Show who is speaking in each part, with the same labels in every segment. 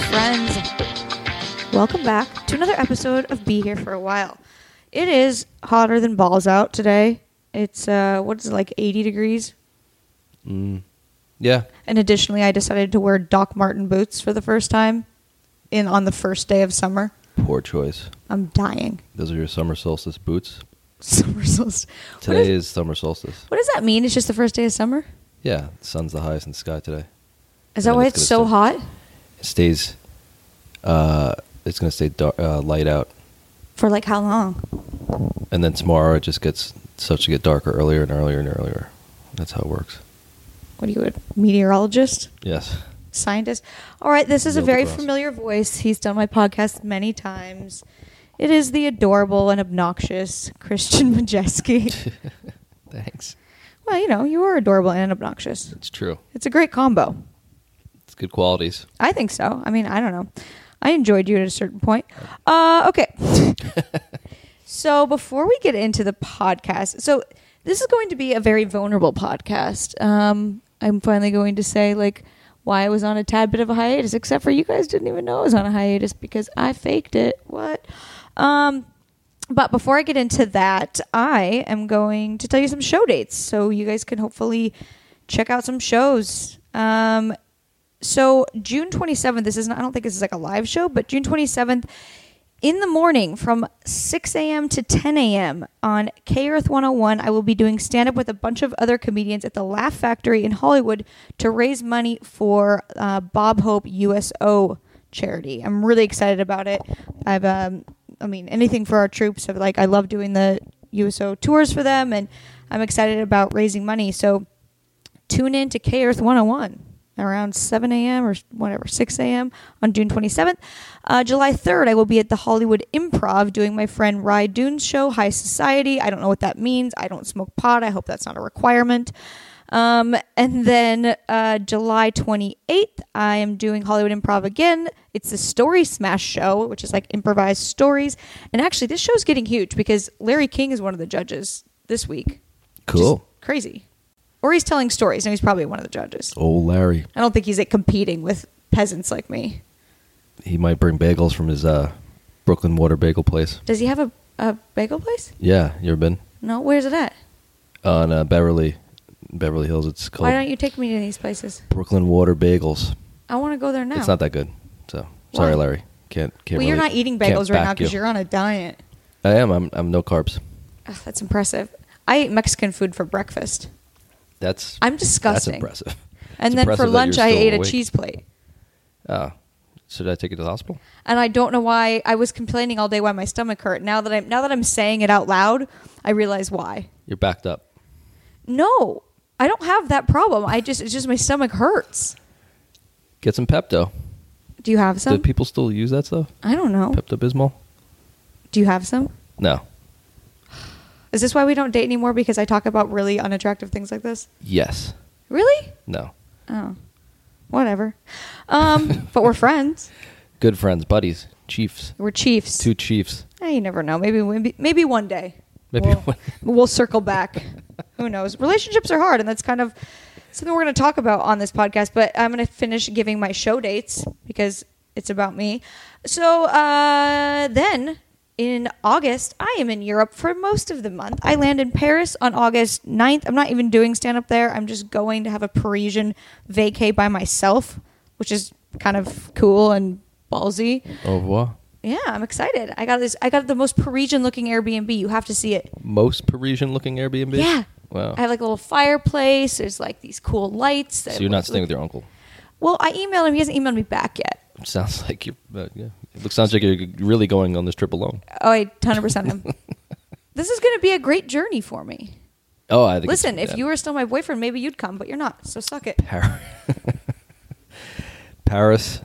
Speaker 1: friends. Welcome back to another episode of Be Here for a While. It is hotter than balls out today. It's, uh, what is it, like 80 degrees?
Speaker 2: Yeah.
Speaker 1: And additionally, I decided to wear Doc Martin boots for the first time in on the first day of summer.
Speaker 2: Poor choice.
Speaker 1: I'm dying.
Speaker 2: Those are your summer solstice boots.
Speaker 1: Summer solstice. What,
Speaker 2: Today
Speaker 1: is,
Speaker 2: is, summer solstice.
Speaker 1: what does that mean? It's just the first day of summer?
Speaker 2: Yeah, the sun's the highest in the sky today.
Speaker 1: Is that
Speaker 2: Yeah,
Speaker 1: why
Speaker 2: it's
Speaker 1: it's so
Speaker 2: gonna stay-
Speaker 1: hot?
Speaker 2: It stays. Uh, it's gonna stay dark, uh, light out,
Speaker 1: For like how long?
Speaker 2: and then tomorrow it just gets starts to get darker earlier and earlier and earlier. That's how it works.
Speaker 1: What are you, a meteorologist?
Speaker 2: Yes.
Speaker 1: scientist. All right, this is a
Speaker 2: Neil
Speaker 1: very
Speaker 2: deGrasse.
Speaker 1: familiar voice. He's done my podcast many times. It is the adorable and obnoxious Christian Majeski.
Speaker 2: Thanks.
Speaker 1: well, you know, you are adorable and obnoxious.
Speaker 2: It's true.
Speaker 1: It's a great combo.
Speaker 2: It's good qualities.
Speaker 1: I think so. I mean, I don't know. I enjoyed you at a certain point. Uh, okay. so before we get into the podcast, so this is going to be a very vulnerable podcast. Um, I'm finally going to say like why I was on a tad bit of a hiatus, except for you guys didn't even know I was on a hiatus because I faked it. What? Um, but before I get into that, I am going to tell you some show dates so you guys can hopefully check out some shows. Um, so June 27th, this isn't, I don't think this is like a live show, but June 27th in the morning from 6 a.m. to 10 a.m. on K Earth 101, I will be doing stand up with a bunch of other comedians at the Laugh Factory in Hollywood to raise money for uh, Bob Hope USO charity. I'm really excited about it. I've, um, I mean, anything for our troops. I've, like, I love doing the USO tours for them, and I'm excited about raising money. So tune in to K Earth 101 around 7 a.m. or whatever, 6 a.m. on June 27th. Uh, July 3rd, I will be at the Hollywood Improv doing my friend Rye Dune's show, High Society. I don't know what that means. I don't smoke pot. I hope that's not a requirement. Um, and then uh, July 28th, I am doing Hollywood Improv again. It's the Story Smash show, which is like improvised stories. And actually, this show's getting huge because Larry King is one of the judges this week. Which is
Speaker 2: Cool.
Speaker 1: crazy. Or he's telling stories, and he's probably one of the judges.
Speaker 2: Old Larry.
Speaker 1: I don't think he's like competing with peasants like me.
Speaker 2: He might bring bagels from his uh, Brooklyn Water Bagel place.
Speaker 1: Does he have a, a bagel place?
Speaker 2: Yeah, you ever been
Speaker 1: No, where's it at?
Speaker 2: on uh, Beverly, Beverly Hills? It's called
Speaker 1: Why don't you take me to these places?
Speaker 2: Brooklyn Water Bagels.
Speaker 1: I want to go there now.
Speaker 2: It's not that good. So sorry,
Speaker 1: Why?
Speaker 2: Larry. Can't can't.
Speaker 1: Well, you're
Speaker 2: really-
Speaker 1: not eating
Speaker 2: can't
Speaker 1: bagels right now
Speaker 2: back
Speaker 1: because
Speaker 2: you.
Speaker 1: you're on a diet.
Speaker 2: I am. I'm. I'm no carbs.
Speaker 1: Ugh, that's impressive. I ate Mexican food for breakfast,
Speaker 2: That's.
Speaker 1: I'm disgusting.
Speaker 2: That's impressive.
Speaker 1: and
Speaker 2: It's
Speaker 1: then
Speaker 2: impressive
Speaker 1: for
Speaker 2: that
Speaker 1: lunch
Speaker 2: you're
Speaker 1: I
Speaker 2: still
Speaker 1: ate a
Speaker 2: awake.
Speaker 1: cheese plate.
Speaker 2: Oh, should I take you to the hospital?
Speaker 1: and I don't know why I was complaining all day why my stomach hurt. Now that I'm now that I'm saying it out loud, I realize why.
Speaker 2: You're backed up.
Speaker 1: No, I don't have that problem. I just it's just my stomach hurts.
Speaker 2: Get some Pepto.
Speaker 1: Do you have
Speaker 2: Do
Speaker 1: some?
Speaker 2: people still use that stuff?
Speaker 1: I don't know.
Speaker 2: Pepto Bismol?
Speaker 1: Do you have some?
Speaker 2: No.
Speaker 1: Is this why we don't date anymore? Because I talk about really unattractive things like this?
Speaker 2: Yes.
Speaker 1: Really?
Speaker 2: No.
Speaker 1: Oh, whatever. Um, but we're friends.
Speaker 2: Good friends, buddies, chiefs.
Speaker 1: We're chiefs.
Speaker 2: Two chiefs.
Speaker 1: Eh, you never know. Maybe maybe, maybe one day.
Speaker 2: Maybe
Speaker 1: we'll,
Speaker 2: one-
Speaker 1: we'll circle back. Who knows? Relationships are hard, and that's kind of something we're going to talk about on this podcast. But I'm going to finish giving my show dates because it's about me. So uh, then. In August, I am in Europe for most of the month. I land in Paris on August 9th. I'm not even doing stand up there. I'm just going to have a Parisian vacay by myself, which is kind of cool and ballsy.
Speaker 2: Au revoir.
Speaker 1: Yeah, I'm excited. I got this. I got the most Parisian looking Airbnb. You have to see it.
Speaker 2: Most Parisian looking Airbnb?
Speaker 1: Yeah.
Speaker 2: Wow.
Speaker 1: I have like a little fireplace. There's like these cool lights.
Speaker 2: so you're not staying with your uncle.
Speaker 1: Well, I emailed him. He hasn't emailed me back yet.
Speaker 2: Sounds like you're, uh, yeah. It looks- sounds like you're really going on this trip alone.
Speaker 1: Oh, I 100 percent him. this is going to be a great journey for me.
Speaker 2: Oh, I think.
Speaker 1: Listen, if you were still my boyfriend, maybe you'd come, but you're not. So suck it.
Speaker 2: Paris, Paris,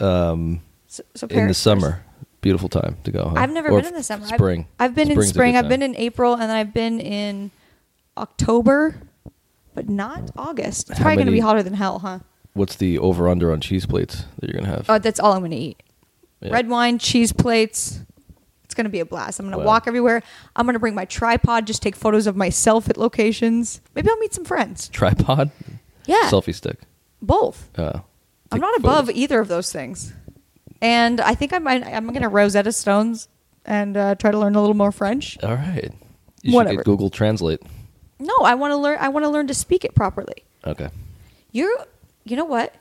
Speaker 2: um,
Speaker 1: So, so
Speaker 2: in the
Speaker 1: Paris first.
Speaker 2: summer, beautiful time to go. Huh?
Speaker 1: I've never
Speaker 2: Or
Speaker 1: been in the
Speaker 2: f-
Speaker 1: summer. I've-
Speaker 2: Spring.
Speaker 1: I've, been
Speaker 2: Spring's
Speaker 1: in
Speaker 2: a
Speaker 1: spring.
Speaker 2: good
Speaker 1: I've been
Speaker 2: time.
Speaker 1: in April, and then I've been in October, but not August. It's
Speaker 2: How
Speaker 1: probably going to be
Speaker 2: many-
Speaker 1: hotter than hell, huh?
Speaker 2: What's the over under on cheese plates that you're gonna have?
Speaker 1: Oh, that's all I'm going to eat.
Speaker 2: Yeah.
Speaker 1: Red wine, cheese plates. It's going to be a blast. I'm going to
Speaker 2: Wow.
Speaker 1: walk everywhere. I'm going to bring my tripod, just take photos of myself at locations. Maybe I'll meet some friends.
Speaker 2: tripod.
Speaker 1: Yeah.
Speaker 2: Selfie stick.
Speaker 1: Both.
Speaker 2: Uh,
Speaker 1: I'm
Speaker 2: take
Speaker 1: not
Speaker 2: photos.
Speaker 1: above either of those things. And I think I might, I'm going to Rosetta Stones and uh, try to learn a little more French.
Speaker 2: All right. You should
Speaker 1: Whatever.
Speaker 2: get Google Translate.
Speaker 1: No, I want to learn. I want to learn to speak it properly.
Speaker 2: Okay.
Speaker 1: You're, you know what?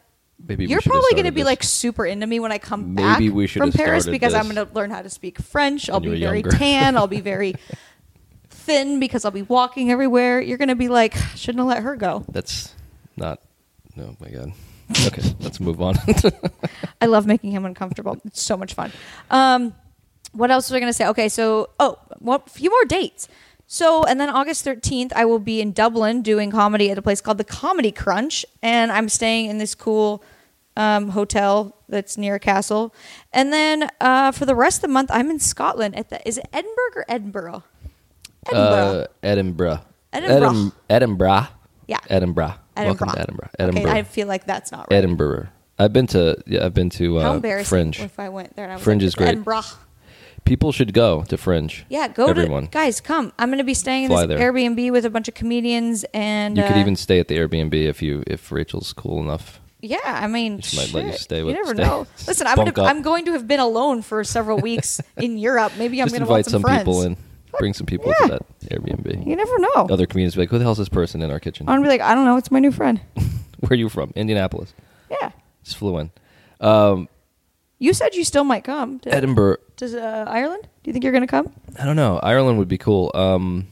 Speaker 2: Maybe we
Speaker 1: You're
Speaker 2: should have
Speaker 1: probably going to
Speaker 2: started
Speaker 1: be
Speaker 2: this
Speaker 1: like super into me when I come
Speaker 2: Maybe
Speaker 1: back
Speaker 2: we should
Speaker 1: from
Speaker 2: have
Speaker 1: Paris
Speaker 2: started
Speaker 1: because I'm
Speaker 2: this
Speaker 1: going to learn how to speak French. I'll
Speaker 2: when you
Speaker 1: be
Speaker 2: were
Speaker 1: very
Speaker 2: younger.
Speaker 1: tan. I'll be very thin because I'll be walking everywhere. You're going to be like, shouldn't have let her go.
Speaker 2: That's not. No, my God. Okay, let's move on.
Speaker 1: I love making him uncomfortable. It's so much fun. Um, what else was I going to say? Okay, so oh, well, a few more dates. So and then August thirteenth, I will be in Dublin doing comedy at a place called the Comedy Crunch, and I'm staying in this cool um, hotel that's near a castle. And then uh, for the rest of the month, I'm in Scotland at the is it Edinburgh or Edinburgh? Edinburgh.
Speaker 2: Uh, Edinburgh.
Speaker 1: Edinburgh.
Speaker 2: Edin- Edinburgh.
Speaker 1: Yeah.
Speaker 2: Edinburgh. Welcome to Edinburgh. Edinburgh.
Speaker 1: Okay, I feel like that's not right.
Speaker 2: Edinburgh. I've been to. Yeah, I've been to
Speaker 1: How
Speaker 2: uh,
Speaker 1: embarrassing
Speaker 2: Fringe.
Speaker 1: if I went there. And I was
Speaker 2: Fringe
Speaker 1: like,
Speaker 2: is great.
Speaker 1: Edinburgh.
Speaker 2: People should go to Fringe.
Speaker 1: Yeah, go
Speaker 2: Everyone.
Speaker 1: to guys. Come, I'm going to be staying in
Speaker 2: Fly
Speaker 1: this
Speaker 2: there.
Speaker 1: Airbnb with a bunch of comedians, and
Speaker 2: You could
Speaker 1: uh,
Speaker 2: even stay at the Airbnb if you if Rachel's cool enough.
Speaker 1: yeah. I mean,
Speaker 2: She might let you
Speaker 1: shit,
Speaker 2: stay with-
Speaker 1: never
Speaker 2: stay-
Speaker 1: know. Listen, I'm gonna,
Speaker 2: bunk up.
Speaker 1: I'm going to have been alone for several weeks in Europe. Maybe I'm
Speaker 2: Just
Speaker 1: going to want
Speaker 2: invite
Speaker 1: some,
Speaker 2: some,
Speaker 1: friends.
Speaker 2: people in. Bring some people
Speaker 1: Yeah.
Speaker 2: to that Airbnb.
Speaker 1: You never know.
Speaker 2: Other comedians be like, who the hell's this person in our kitchen?
Speaker 1: I'm gonna be like, I don't know. It's my new friend.
Speaker 2: Where are you from? Indianapolis.
Speaker 1: yeah,
Speaker 2: Just flew in.
Speaker 1: you said you still might come to,
Speaker 2: Edinburgh.
Speaker 1: to uh, Ireland. Do you think you're going to come?
Speaker 2: I don't know. Ireland would be cool. Um,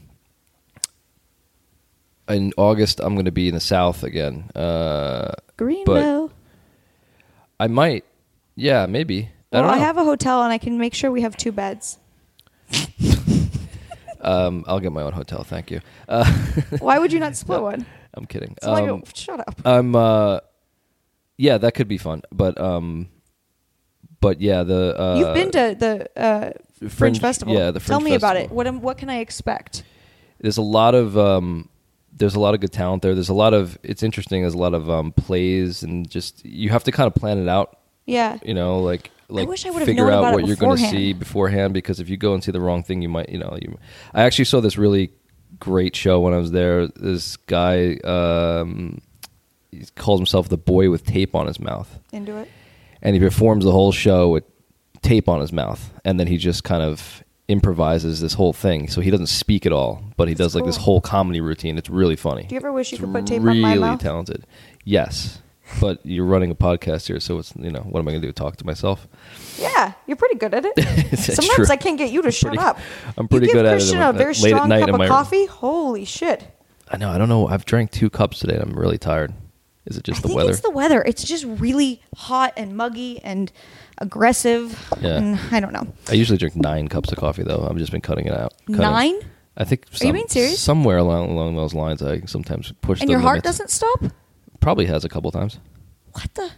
Speaker 2: in August, I'm going to be in the South again. Uh,
Speaker 1: Greenville.
Speaker 2: I might. Yeah, maybe. I
Speaker 1: well,
Speaker 2: don't know.
Speaker 1: I have a hotel, and I can make sure we have two beds.
Speaker 2: um, I'll get my own hotel. Thank you. Uh,
Speaker 1: Why would you not split one?
Speaker 2: I'm kidding.
Speaker 1: It's like,
Speaker 2: Um,
Speaker 1: shut up.
Speaker 2: I'm. Uh, yeah, that could be fun. But um, but yeah, the uh,
Speaker 1: You've been to the uh, Fringe,
Speaker 2: Fringe-
Speaker 1: Festival.
Speaker 2: yeah, the
Speaker 1: Tell
Speaker 2: Fringe
Speaker 1: me about it.
Speaker 2: Festival.
Speaker 1: What am, what can I expect?
Speaker 2: there's a lot of um, there's a lot of good talent there. There's a lot of it's interesting. There's a lot of um, plays and just you have to kind of plan it out.
Speaker 1: Yeah.
Speaker 2: You know, like like
Speaker 1: wish I would've
Speaker 2: figure
Speaker 1: known
Speaker 2: out
Speaker 1: about it
Speaker 2: what you're going to
Speaker 1: beforehand.
Speaker 2: see beforehand because if you go and see the wrong thing, you might you know you. I actually saw this really great show when I was there. This guy um, he calls himself the boy with tape on his mouth
Speaker 1: Into it.
Speaker 2: and he performs the whole show with tape on his mouth and then he just kind of improvises this whole thing so he doesn't speak at all but he
Speaker 1: That's
Speaker 2: does like this
Speaker 1: cool.
Speaker 2: whole comedy routine it's really funny
Speaker 1: Do you ever wish you
Speaker 2: It's
Speaker 1: could put tape
Speaker 2: really
Speaker 1: on my mouth?
Speaker 2: talented yes but you're running a podcast here so it's you know what am i gonna do talk to myself
Speaker 1: Yeah, you're pretty good at it.
Speaker 2: Is that
Speaker 1: Sometimes
Speaker 2: true?
Speaker 1: I can't get you to shut
Speaker 2: pretty-
Speaker 1: up.
Speaker 2: I'm pretty
Speaker 1: you give
Speaker 2: good at it
Speaker 1: Christian
Speaker 2: when-
Speaker 1: a very
Speaker 2: late at
Speaker 1: strong
Speaker 2: night
Speaker 1: cup
Speaker 2: in
Speaker 1: of
Speaker 2: my room.
Speaker 1: coffee. Holy shit!
Speaker 2: i know i don't know i've drank two cups today and i'm really tired is it
Speaker 1: I
Speaker 2: just the
Speaker 1: think
Speaker 2: weather
Speaker 1: it's the weather. It's just really hot and muggy and aggressive.
Speaker 2: Yeah.
Speaker 1: And I don't know.
Speaker 2: i usually drink nine cups of coffee though i've just been cutting it out cutting-
Speaker 1: Nine?
Speaker 2: i think
Speaker 1: you being serious?
Speaker 2: somewhere along, along those lines i sometimes push
Speaker 1: And
Speaker 2: the
Speaker 1: your heart
Speaker 2: limits.
Speaker 1: doesn't stop.
Speaker 2: probably has a couple times
Speaker 1: What the?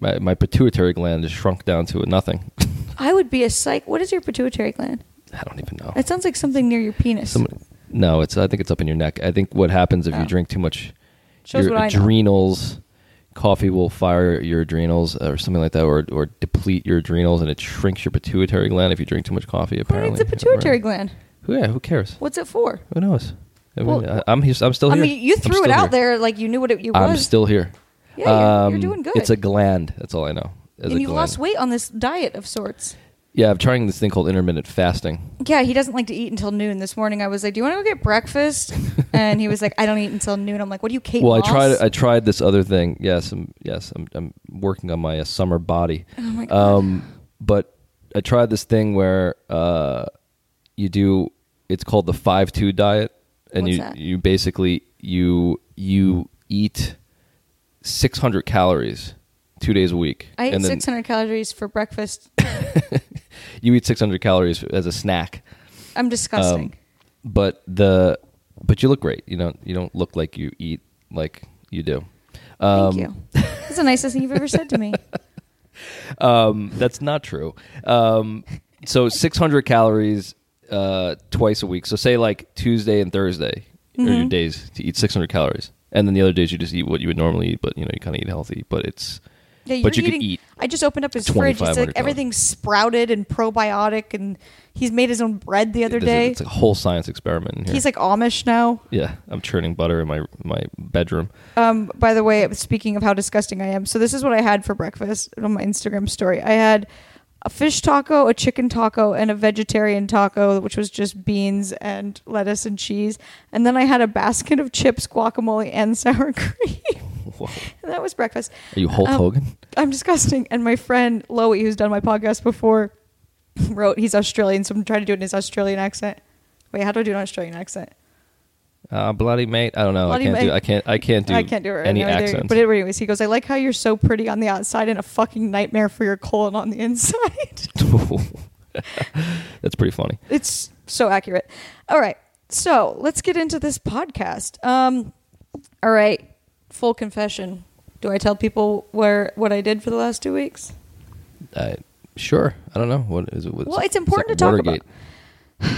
Speaker 2: My, my pituitary gland is shrunk down to nothing.
Speaker 1: I would be a psych. What is your pituitary gland?
Speaker 2: I don't even know.
Speaker 1: That sounds like something near your penis.
Speaker 2: Oh. Some- no, it's. I think it's up in your neck. I think what happens if
Speaker 1: Oh.
Speaker 2: you drink too much,
Speaker 1: Shows
Speaker 2: your
Speaker 1: what I know.
Speaker 2: adrenals, coffee will fire your adrenals uh, or something like that, or or deplete your adrenals, and it shrinks your pituitary gland if you drink too much coffee.
Speaker 1: What
Speaker 2: Apparently,
Speaker 1: is the pituitary gland?
Speaker 2: Who, yeah, who cares?
Speaker 1: What's it for?
Speaker 2: Who knows? I mean,
Speaker 1: Well-
Speaker 2: I, am here, I'm still
Speaker 1: I
Speaker 2: here.
Speaker 1: mean, you
Speaker 2: I'm
Speaker 1: threw it
Speaker 2: still
Speaker 1: out
Speaker 2: here.
Speaker 1: there like you knew what it, it was.
Speaker 2: I'm still here.
Speaker 1: Yeah, you're- you're
Speaker 2: Um,
Speaker 1: doing good.
Speaker 2: It's a gland. That's all I know. As
Speaker 1: and
Speaker 2: a
Speaker 1: you
Speaker 2: gland.
Speaker 1: lost weight on this diet of sorts.
Speaker 2: Yeah, I'm trying this thing called intermittent fasting.
Speaker 1: Yeah, he doesn't like to eat until noon. This morning, I was like, "Do you want to go get breakfast?" and he was like, "I don't eat until noon." I'm like, "What do you, Kate?"
Speaker 2: well,
Speaker 1: Moss?
Speaker 2: I tried. I tried this other thing. Yes, I'm, yes, I'm, I'm working on my uh, summer body.
Speaker 1: oh my god.
Speaker 2: Um, but I tried this thing where uh, you do. It's called the five two diet, and
Speaker 1: What's
Speaker 2: you
Speaker 1: that?
Speaker 2: you basically you you eat six hundred calories two days a week.
Speaker 1: I ate
Speaker 2: and then
Speaker 1: 600 calories for breakfast.
Speaker 2: You eat six hundred calories as a snack.
Speaker 1: I'm disgusting.
Speaker 2: but the but you look great. You don't you don't look like you eat like you do. Um,
Speaker 1: Thank you. That's the nicest thing you've ever said to me.
Speaker 2: Um, that's not true. Um, so 600 calories uh, twice a week. So say like Tuesday and Thursday are
Speaker 1: Mm-hmm.
Speaker 2: your days to eat 600 calories, and then the other days you just eat what you would normally eat, but you know you kind of eat healthy. But it's
Speaker 1: Yeah, you're
Speaker 2: But you could
Speaker 1: eating,
Speaker 2: eat
Speaker 1: I just opened up his fridge. It's
Speaker 2: 2,500
Speaker 1: like
Speaker 2: calories.
Speaker 1: everything's sprouted and probiotic, and he's made his own bread the other
Speaker 2: this is-
Speaker 1: day.
Speaker 2: it's a whole science experiment. in here.
Speaker 1: He's like Amish now.
Speaker 2: yeah, I'm churning butter in my my bedroom.
Speaker 1: Um, by the way, speaking of how disgusting I am, so this is what I had for breakfast on my Instagram story. I had a fish taco, a chicken taco, and a vegetarian taco, which was just beans and lettuce and cheese. And then I had a basket of chips, guacamole, and sour cream.
Speaker 2: Whoa.
Speaker 1: and that was breakfast.
Speaker 2: Are you Hulk
Speaker 1: Um,
Speaker 2: Hogan?
Speaker 1: I'm disgusting. And my friend Loey, who's done my podcast before, wrote he's Australian, so I'm trying to do it in his Australian accent. Wait, how do I do an Australian accent?
Speaker 2: Uh, bloody mate. I don't know.
Speaker 1: Bloody
Speaker 2: I can't do.
Speaker 1: mate.
Speaker 2: I can't. I can't do.
Speaker 1: I can't do it right
Speaker 2: any
Speaker 1: now either.
Speaker 2: accents.
Speaker 1: But anyways, he goes, I like how you're so pretty on the outside and a fucking nightmare for your colon on the inside.
Speaker 2: That's pretty funny.
Speaker 1: it's so accurate. All right. So let's get into this podcast. Um, all right. Full confession. Do I tell people where what I did for the last two weeks?
Speaker 2: Uh, sure. I don't know. What is it? What's
Speaker 1: Well, it's
Speaker 2: is
Speaker 1: important
Speaker 2: that
Speaker 1: to talk
Speaker 2: Watergate?
Speaker 1: about.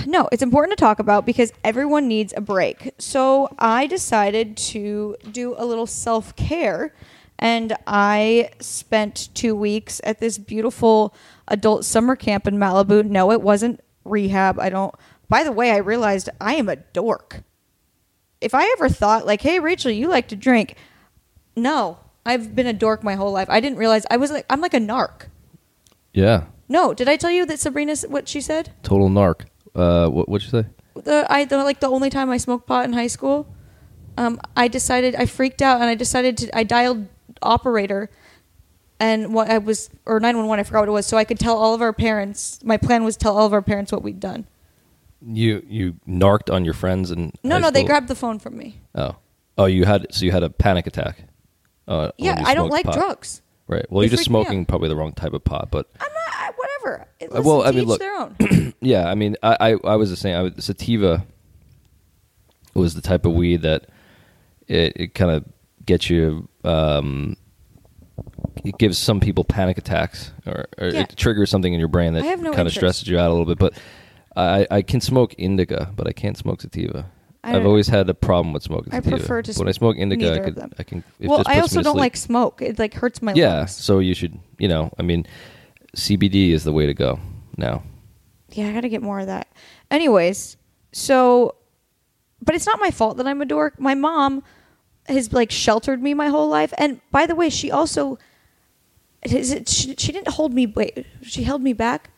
Speaker 1: No, it's important to talk about because everyone needs a break. So I decided to do a little self care. And I spent two weeks at this beautiful adult summer camp in Malibu. No, it wasn't rehab. I don't. By the way, I realized I am a dork. If I ever thought, like, hey, Rachel, you like to drink. No, I've been a dork my whole life. I didn't realize I was like, I'm like a narc.
Speaker 2: Yeah.
Speaker 1: No, did I tell you that Sabrina, s- what she said?
Speaker 2: Total narc. Uh, what what'd you say?
Speaker 1: the I the, like the only time I smoked pot in high school. Um, I decided I freaked out and I decided to I dialed operator, and what I was or nine one one I forgot what it was so I could tell all of our parents. My plan was to tell all of our parents what we'd done.
Speaker 2: You you narked on your friends and
Speaker 1: No,
Speaker 2: high
Speaker 1: no, they
Speaker 2: school?
Speaker 1: grabbed the phone from me.
Speaker 2: Oh, oh, you had so you had a panic attack. Uh, when
Speaker 1: Yeah,
Speaker 2: you
Speaker 1: I don't
Speaker 2: smoked
Speaker 1: like
Speaker 2: pot.
Speaker 1: drugs.
Speaker 2: Right. Well,
Speaker 1: It
Speaker 2: you're just
Speaker 1: freaked me out.
Speaker 2: smoking probably the wrong type of pot, but
Speaker 1: I'm not I, whatever. It,
Speaker 2: Uh,
Speaker 1: listen,
Speaker 2: well, I
Speaker 1: to
Speaker 2: mean,
Speaker 1: each
Speaker 2: look,
Speaker 1: their own.
Speaker 2: yeah, I mean, I, I, I was the same. I was, sativa was the type of weed that it, it kind of gets you. Um, it gives some people panic attacks, or, or
Speaker 1: Yeah.
Speaker 2: it triggers something in your brain that
Speaker 1: I have no
Speaker 2: kind of
Speaker 1: interest.
Speaker 2: stresses you out a little bit. But I, I can smoke indica, but I can't smoke sativa.
Speaker 1: I
Speaker 2: I've
Speaker 1: don't-
Speaker 2: always had a problem with smoking.
Speaker 1: I
Speaker 2: sativa.
Speaker 1: prefer to
Speaker 2: But when I smoke indica. I,
Speaker 1: neither of
Speaker 2: could,
Speaker 1: them.
Speaker 2: I can. It
Speaker 1: well,
Speaker 2: just
Speaker 1: I
Speaker 2: puts
Speaker 1: also
Speaker 2: me to
Speaker 1: don't
Speaker 2: sleep.
Speaker 1: like smoke. It like hurts my
Speaker 2: Yeah,
Speaker 1: lungs.
Speaker 2: so you should. You know, I mean, CBD is the way to go now.
Speaker 1: Yeah, I gotta get more of that. Anyways, so, but it's not my fault that I'm a dork. My mom has like sheltered me my whole life, and by the way, she also is it, she, she didn't hold me. Wait, she held me back.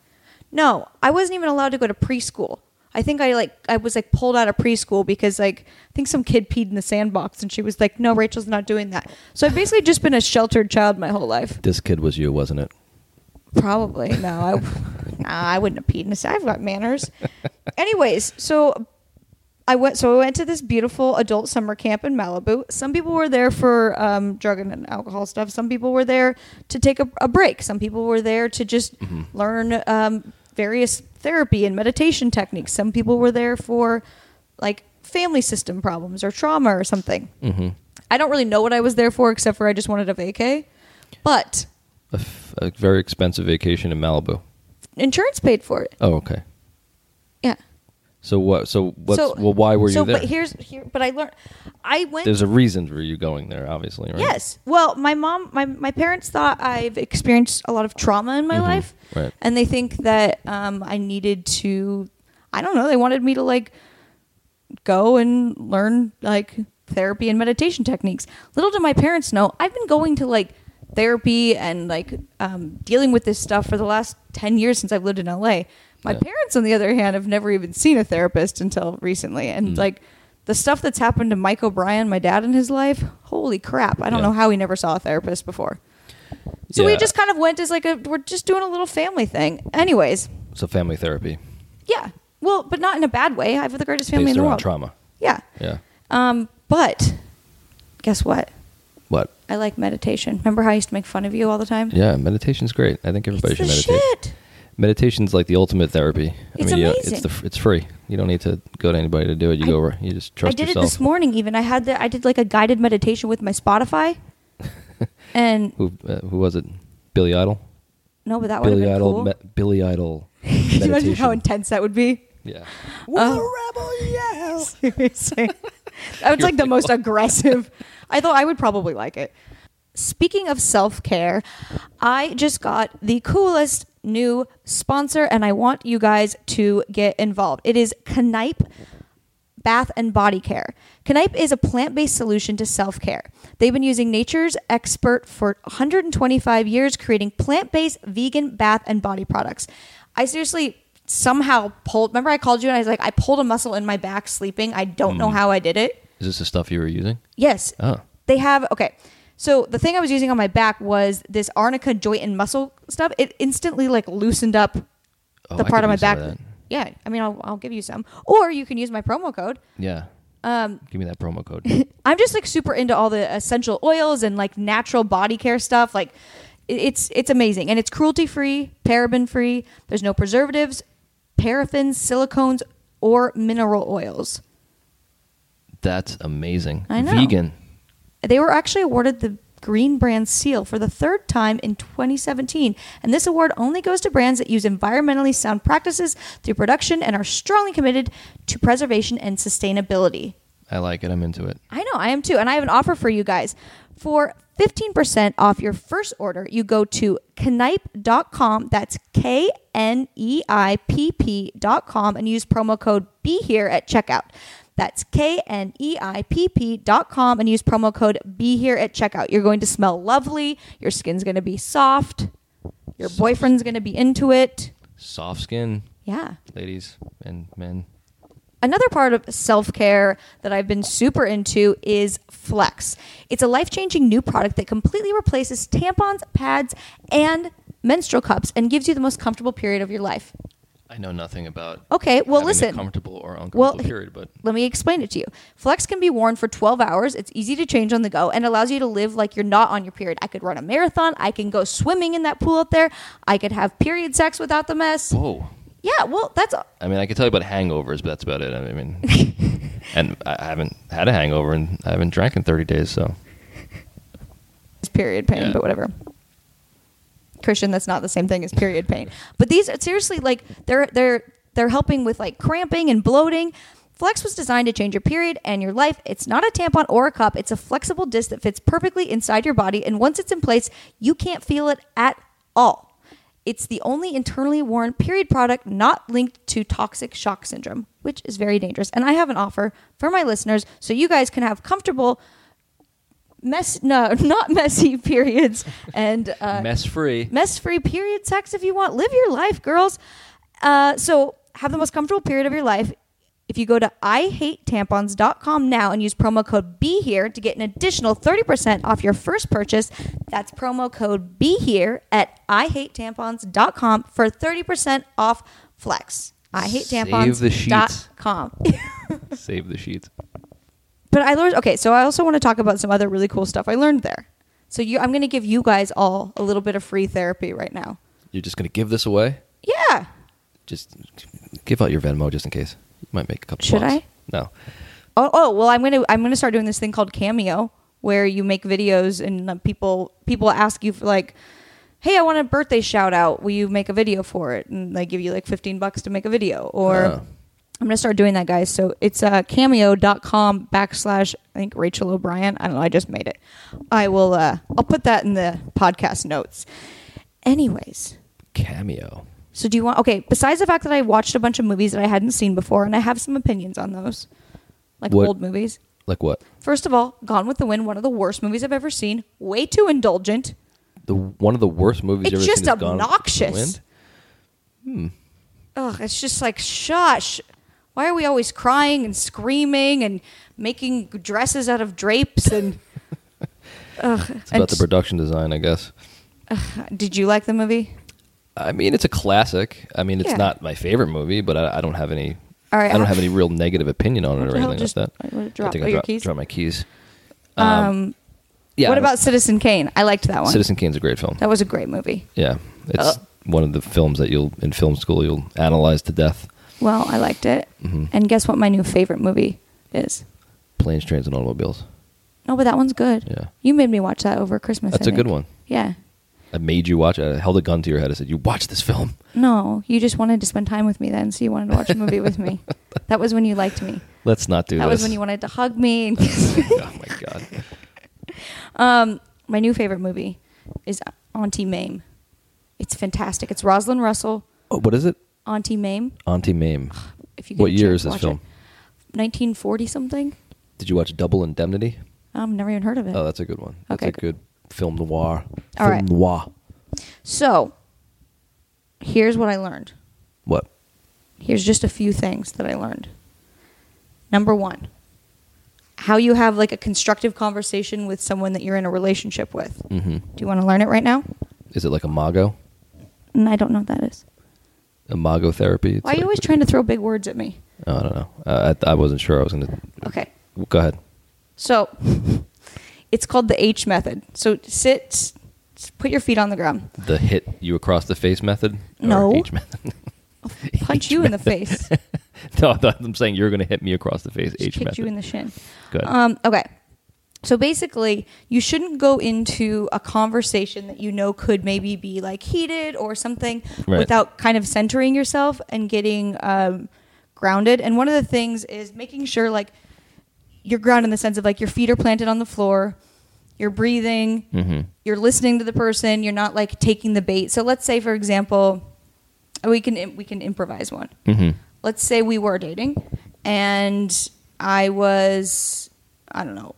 Speaker 1: No, I wasn't even allowed to go to preschool. I think I like I was like pulled out of preschool because like I think some kid peed in the sandbox, and she was like, "No, Rachel's not doing that." So I've basically just been a sheltered child my whole life.
Speaker 2: This kid was you, wasn't it?
Speaker 1: Probably no. I, nah, I wouldn't have peed in this. I've got manners. Anyways, so I went. So I went to this beautiful adult summer camp in Malibu. Some people were there for um, drug and alcohol stuff. Some people were there to take a, a break. Some people were there to just learn um, various therapy and meditation techniques. Some people were there for like family system problems or trauma or something.
Speaker 2: Mm-hmm.
Speaker 1: I don't really know what I was there for, except for I just wanted a vacay. But
Speaker 2: A, f- a very expensive vacation in Malibu.
Speaker 1: insurance paid for it.
Speaker 2: Oh, okay.
Speaker 1: Yeah.
Speaker 2: So what? So what's?
Speaker 1: So-
Speaker 2: well, why were
Speaker 1: so,
Speaker 2: you there?
Speaker 1: But here's here. But I learned. I went.
Speaker 2: There's a reason for you going there, obviously, right?
Speaker 1: Yes. Well, my mom, my my parents thought I've experienced a lot of trauma in my
Speaker 2: Mhm.
Speaker 1: life,
Speaker 2: Right.
Speaker 1: and they think that um, I needed to. I don't know. They wanted me to like go and learn like therapy and meditation techniques. Little did my parents know, I've been going to like therapy and like um, dealing with this stuff for the last 10 years since I've lived in LA. My
Speaker 2: Yeah.
Speaker 1: parents, on the other hand, have never even seen a therapist until recently. And
Speaker 2: Mm.
Speaker 1: like the stuff that's happened to Mike O'Brien, my dad, in his life, holy crap. I don't
Speaker 2: Yeah.
Speaker 1: know how he never saw a therapist before. So we
Speaker 2: Yeah.
Speaker 1: just kind of went as like a, we're just doing a little family thing. Anyways,
Speaker 2: So family therapy
Speaker 1: yeah. Well, but not in a bad way. I have the greatest family
Speaker 2: based
Speaker 1: in the
Speaker 2: around
Speaker 1: world.
Speaker 2: trauma.
Speaker 1: Yeah.
Speaker 2: Yeah.
Speaker 1: Um, but guess what?
Speaker 2: What?
Speaker 1: I like meditation. Remember how I used to make fun of you all the time?
Speaker 2: Yeah, meditation's great. I think
Speaker 1: It's
Speaker 2: everybody
Speaker 1: the
Speaker 2: should meditate.
Speaker 1: shit.
Speaker 2: Meditation's like the ultimate therapy. I
Speaker 1: It's
Speaker 2: mean, you-
Speaker 1: amazing.
Speaker 2: it's the f- it's free. You don't need to go to anybody to do it. You
Speaker 1: I-
Speaker 2: go over. You just
Speaker 1: I
Speaker 2: trust
Speaker 1: did
Speaker 2: yourself.
Speaker 1: it this morning. Even I had the I did like a guided meditation with my Spotify, and
Speaker 2: Who uh, who was it? Billy Idol.
Speaker 1: no, but that would have
Speaker 2: Billy
Speaker 1: Oh, been
Speaker 2: Idol.
Speaker 1: cool.
Speaker 2: me- Billy Idol.
Speaker 1: Can you imagine how
Speaker 2: meditation.
Speaker 1: intense that would be?
Speaker 2: Yeah.
Speaker 1: Uh, Seriously. that was like the most aggressive. I thought I would probably like it. Speaking of self care, I just got the coolest new sponsor, and I want you guys to get involved. It is Knipe bath and body care. Knipe is a plant-based solution to self-care. They've been using nature's expert for 125 years creating plant-based vegan bath and body products. I seriously somehow pulled remember I called you and I was like I pulled a muscle in my back sleeping. I don't know how I did it.
Speaker 2: Is this the stuff you were using?
Speaker 1: Yes.
Speaker 2: Hmm. Oh.
Speaker 1: They have okay. So the thing I was using on my back was this arnica joint and muscle stuff. It instantly like loosened up
Speaker 2: Oh,
Speaker 1: the
Speaker 2: I
Speaker 1: part
Speaker 2: could
Speaker 1: of my
Speaker 2: use some
Speaker 1: back.
Speaker 2: of that.
Speaker 1: yeah, I mean I'll, I'll give you some, or you can use my promo code.
Speaker 2: Yeah.
Speaker 1: Um,
Speaker 2: Give me that promo code.
Speaker 1: I'm just like super into all the essential oils and like natural body care stuff. Like it- it's it's amazing and it's cruelty free, paraben free. There's no preservatives, paraffins, silicones, or mineral oils.
Speaker 2: That's amazing.
Speaker 1: I know.
Speaker 2: Vegan.
Speaker 1: They were actually awarded the Green Brand Seal for the third time in 2017, and this award only goes to brands that use environmentally sound practices through production and are strongly committed to preservation and sustainability.
Speaker 2: I like it. I'm into it.
Speaker 1: I know, I am too. And I have an offer for you guys. For 15% off your first order, you go to knipe.com. That's K N E I P P.com and use promo code BE HERE at checkout. That's K N E I P P.com and use promo code BE HERE at checkout. You're going to smell lovely. Your skin's going to be soft. Your boyfriend's going to be into it.
Speaker 2: Soft skin,
Speaker 1: Yeah.
Speaker 2: ladies and men.
Speaker 1: Another part of self care that I've been super into is Flex. It's a life changing new product that completely replaces tampons, pads, and menstrual cups and gives you the most comfortable period of your life.
Speaker 2: I know nothing about.
Speaker 1: Okay, well,
Speaker 2: having a
Speaker 1: listen.
Speaker 2: comfortable or uncomfortable
Speaker 1: Well,
Speaker 2: period, but
Speaker 1: Let me explain it to you. Flex can be worn for 12 hours. It's easy to change on the go and allows you to live like you're not on your period. I could run a marathon. I can go swimming in that pool out there. I could have period sex without the mess.
Speaker 2: whoa.
Speaker 1: Yeah, well, that's
Speaker 2: I mean, I can tell you about hangovers, but that's about it. I mean, and I I haven't had a hangover and I haven't drank in 30 days, so
Speaker 1: is period pain,
Speaker 2: Yeah.
Speaker 1: but whatever. Christian, that's not the same thing as period pain. But these seriously like they're they're they're helping with like cramping and bloating. Flex was designed to change your period and your life. It's not a tampon or a cup. It's a flexible disc that fits perfectly inside your body and once it's in place, you can't feel it at all. It's the only internally worn period product not linked to toxic shock syndrome, which is very dangerous. And I have an offer for my listeners so you guys can have comfortable mess no not messy periods and uh,
Speaker 2: mess free.
Speaker 1: mess free period sex if you want live your life girls uh, so have the most comfortable period of your life if you go to ihatetampons.com now and use promo code be here to get an additional 30% off your first purchase that's promo code be here at ihatetampons.com for 30% off flex i hate
Speaker 2: Save
Speaker 1: tampons
Speaker 2: the sheets.
Speaker 1: dot com.
Speaker 2: Save the sheets.
Speaker 1: But I learned okay, so I also want to talk about some other really cool stuff I learned there. So you I'm going to give you guys all a little bit of free therapy right now.
Speaker 2: You're just going to give this away?
Speaker 1: Yeah.
Speaker 2: Just give out your Venmo just in case. You might make a couple
Speaker 1: Should
Speaker 2: bucks.
Speaker 1: I?
Speaker 2: No.
Speaker 1: Oh, oh, well I'm going to I'm going to start doing this thing called Cameo where you make videos and uh, people people ask you for like Hey, I want a birthday shout out. Will you make a video for it? And they give you like 15 bucks to make a video. Or
Speaker 2: Oh.
Speaker 1: I'm going to start doing that, guys. So it's uh, cameo.com backslash, I think, Rachel O'Brien. I don't know. I just made it. I will, uh, I'll put that in the podcast notes. Anyways,
Speaker 2: Cameo.
Speaker 1: so do you want, okay, besides the fact that I watched a bunch of movies that I hadn't seen before and I have some opinions on those, like
Speaker 2: What-
Speaker 1: old movies.
Speaker 2: Like what?
Speaker 1: First of all, Gone with the Wind, one of the worst movies I've ever seen. Way too indulgent.
Speaker 2: The one of the worst movies you've
Speaker 1: It's
Speaker 2: ever
Speaker 1: just
Speaker 2: seen is Gone with the
Speaker 1: obnoxious.
Speaker 2: Wind?
Speaker 1: ugh, it's just like, shush. Why are we always crying and screaming and making dresses out of drapes? And ugh.
Speaker 2: It's
Speaker 1: And
Speaker 2: about the production design, I guess.
Speaker 1: t- did you like the movie?
Speaker 2: I mean, it's a classic. I mean, it's
Speaker 1: Yeah.
Speaker 2: not my favorite movie, but I, I don't have any.
Speaker 1: All right,
Speaker 2: I don't
Speaker 1: I'll-
Speaker 2: have any real negative opinion on
Speaker 1: What
Speaker 2: it or
Speaker 1: the hell
Speaker 2: anything
Speaker 1: just-
Speaker 2: like
Speaker 1: I
Speaker 2: that.
Speaker 1: wanna drop-
Speaker 2: think
Speaker 1: oh,
Speaker 2: I
Speaker 1: your
Speaker 2: dro-
Speaker 1: keys?
Speaker 2: dropped my keys.
Speaker 1: Um,
Speaker 2: Yeah. I
Speaker 1: what
Speaker 2: don't-
Speaker 1: about Oh. Citizen Kane? I liked that one.
Speaker 2: Citizen Kane's a great film.
Speaker 1: That was a great movie.
Speaker 2: Yeah, it's
Speaker 1: Uh.
Speaker 2: one of the films that you'll in film school you'll analyze to death.
Speaker 1: Well, I liked it.
Speaker 2: Mhm.
Speaker 1: And guess what my new favorite movie is?
Speaker 2: Planes, trains, and automobiles.
Speaker 1: No, but that one's good.
Speaker 2: Yeah.
Speaker 1: You made me watch that over Christmas.
Speaker 2: That's
Speaker 1: a
Speaker 2: a good one.
Speaker 1: Yeah.
Speaker 2: I made you watch it. I held a gun to your head. I said, "You watch this film."
Speaker 1: No, you just wanted to spend time with me then, so you wanted to watch a movie with me. That was when you liked me.
Speaker 2: Let's not do
Speaker 1: That
Speaker 2: this.
Speaker 1: was when you wanted to hug me and kiss me.
Speaker 2: oh my god.
Speaker 1: Um, my new favorite movie is Auntie Mame. It's fantastic. It's Rosalind Russell,
Speaker 2: Oh, what is it?
Speaker 1: Auntie Mame.
Speaker 2: Auntie Mame.
Speaker 1: If you get a
Speaker 2: What
Speaker 1: chance,
Speaker 2: year is this
Speaker 1: watch
Speaker 2: film?
Speaker 1: it. 1940 something.
Speaker 2: Did you watch Double Indemnity?
Speaker 1: I've Um, never even heard of it.
Speaker 2: Oh, that's a good one. That's
Speaker 1: Okay,
Speaker 2: a good film noir.
Speaker 1: All
Speaker 2: film
Speaker 1: right.
Speaker 2: noir.
Speaker 1: So, here's what I learned.
Speaker 2: What?
Speaker 1: Here's just a few things that I learned. Number one, how you have like a constructive conversation with someone that you're in a relationship with.
Speaker 2: hmm
Speaker 1: Do you want to learn it right now?
Speaker 2: Is it like a mago?
Speaker 1: And Mm, I don't know what that is.
Speaker 2: A mago therapy? It's
Speaker 1: Why are you
Speaker 2: like-
Speaker 1: always trying to throw big words at me?
Speaker 2: Oh, I don't know. Uh, I, I wasn't sure. I was gonna.
Speaker 1: Okay.
Speaker 2: Go ahead.
Speaker 1: So it's called the H method. So sit, s- s- put your feet on the ground.
Speaker 2: The hit you across the face method. Or
Speaker 1: No.
Speaker 2: H method.
Speaker 1: I'll punch you in the face. Just
Speaker 2: no, I thought- I'm saying you're gonna hit me across the face. H
Speaker 1: kicked
Speaker 2: method.
Speaker 1: you in the shin.
Speaker 2: Go ahead.
Speaker 1: Um, okay. So basically, you shouldn't go into a conversation that you know could maybe be like heated or something
Speaker 2: Right.
Speaker 1: without kind of centering yourself and getting um, grounded. And one of the things is making sure like you're grounded in the sense of like your feet are planted on the floor, you're breathing,
Speaker 2: Mhm.
Speaker 1: you're listening to the person, you're not like taking the bait. So let's say, for example, we can we can improvise one
Speaker 2: hmm
Speaker 1: let's say we were dating and I was, I don't know,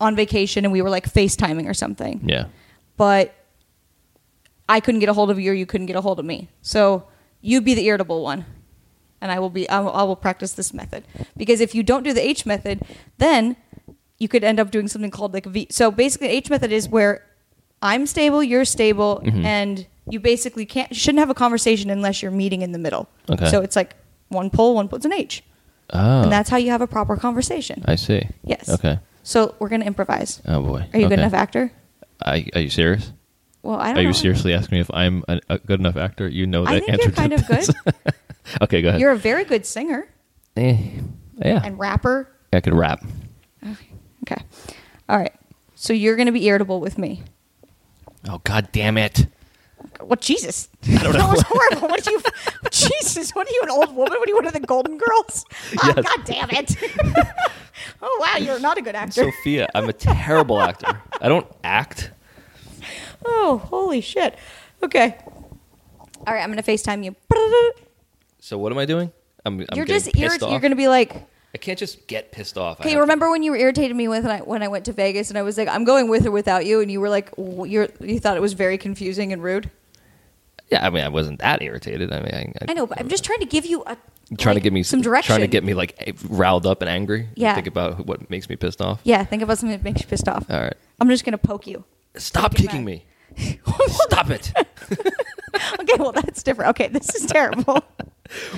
Speaker 1: on vacation and we were like FaceTiming or something,
Speaker 2: Yeah.
Speaker 1: but I couldn't get a hold of you or you couldn't get a hold of me. So you be the irritable one. And I will be, I will, I will practice this method. Because if you don't do the H method, then you could end up doing something called like V. So basically, H method is where I'm stable, you're stable,
Speaker 2: Mm-hmm.
Speaker 1: and you basically can't, you shouldn't have a conversation unless you're meeting in the middle.
Speaker 2: Okay.
Speaker 1: So it's like one pull, one pull, it's an H.
Speaker 2: Oh.
Speaker 1: And that's how you have a proper conversation.
Speaker 2: I see.
Speaker 1: Yes.
Speaker 2: Okay.
Speaker 1: So we're going to improvise.
Speaker 2: Oh boy.
Speaker 1: Are you a good
Speaker 2: Okay.
Speaker 1: enough actor?
Speaker 2: I, are you serious?
Speaker 1: Well, I don't
Speaker 2: Are
Speaker 1: know.
Speaker 2: you seriously asking me if I'm a, a good enough actor? You know that
Speaker 1: Oh. I think
Speaker 2: answer
Speaker 1: you're
Speaker 2: to
Speaker 1: kind of good.
Speaker 2: this. okay, go ahead.
Speaker 1: You're a very good singer
Speaker 2: Eh, yeah.
Speaker 1: and rapper.
Speaker 2: I could rap.
Speaker 1: Okay. All right. So you're going to be irritable with me.
Speaker 2: Oh god damn it!
Speaker 1: What Jesus? I don't know. that was horrible. What do you? Jesus, what are you, an old woman? What are you, one of the Golden Girls? Oh,
Speaker 2: Yes.
Speaker 1: God damn it! oh wow, you're not a good actor.
Speaker 2: Sophia, I'm a terrible actor. I don't act.
Speaker 1: oh, holy shit. Okay. All right, I'm gonna Facetime you.
Speaker 2: So what am I doing? I'm, I'm
Speaker 1: you're
Speaker 2: getting
Speaker 1: just
Speaker 2: pissed
Speaker 1: irrit-
Speaker 2: off.
Speaker 1: You're gonna be like,
Speaker 2: I can't just get pissed off. I
Speaker 1: okay,
Speaker 2: have to-
Speaker 1: remember when you were irritated me with when I when I went to Vegas and I was like, I'm going with or without you, and you were like, w- you're you thought it was very confusing and rude.
Speaker 2: Yeah, I mean, I wasn't that irritated. I mean, I,
Speaker 1: I know, but I'm just trying to give you a
Speaker 2: trying to
Speaker 1: like,
Speaker 2: get me
Speaker 1: some direction.
Speaker 2: Trying to get me like eh, riled up and angry.
Speaker 1: Yeah.
Speaker 2: Think about who- what makes me pissed off.
Speaker 1: Yeah, think about something that makes you pissed off.
Speaker 2: All right.
Speaker 1: I'm just gonna poke you.
Speaker 2: Stop
Speaker 1: Take it
Speaker 2: kicking
Speaker 1: back.
Speaker 2: me. Stop it.
Speaker 1: okay, well that's different. Okay, this is terrible.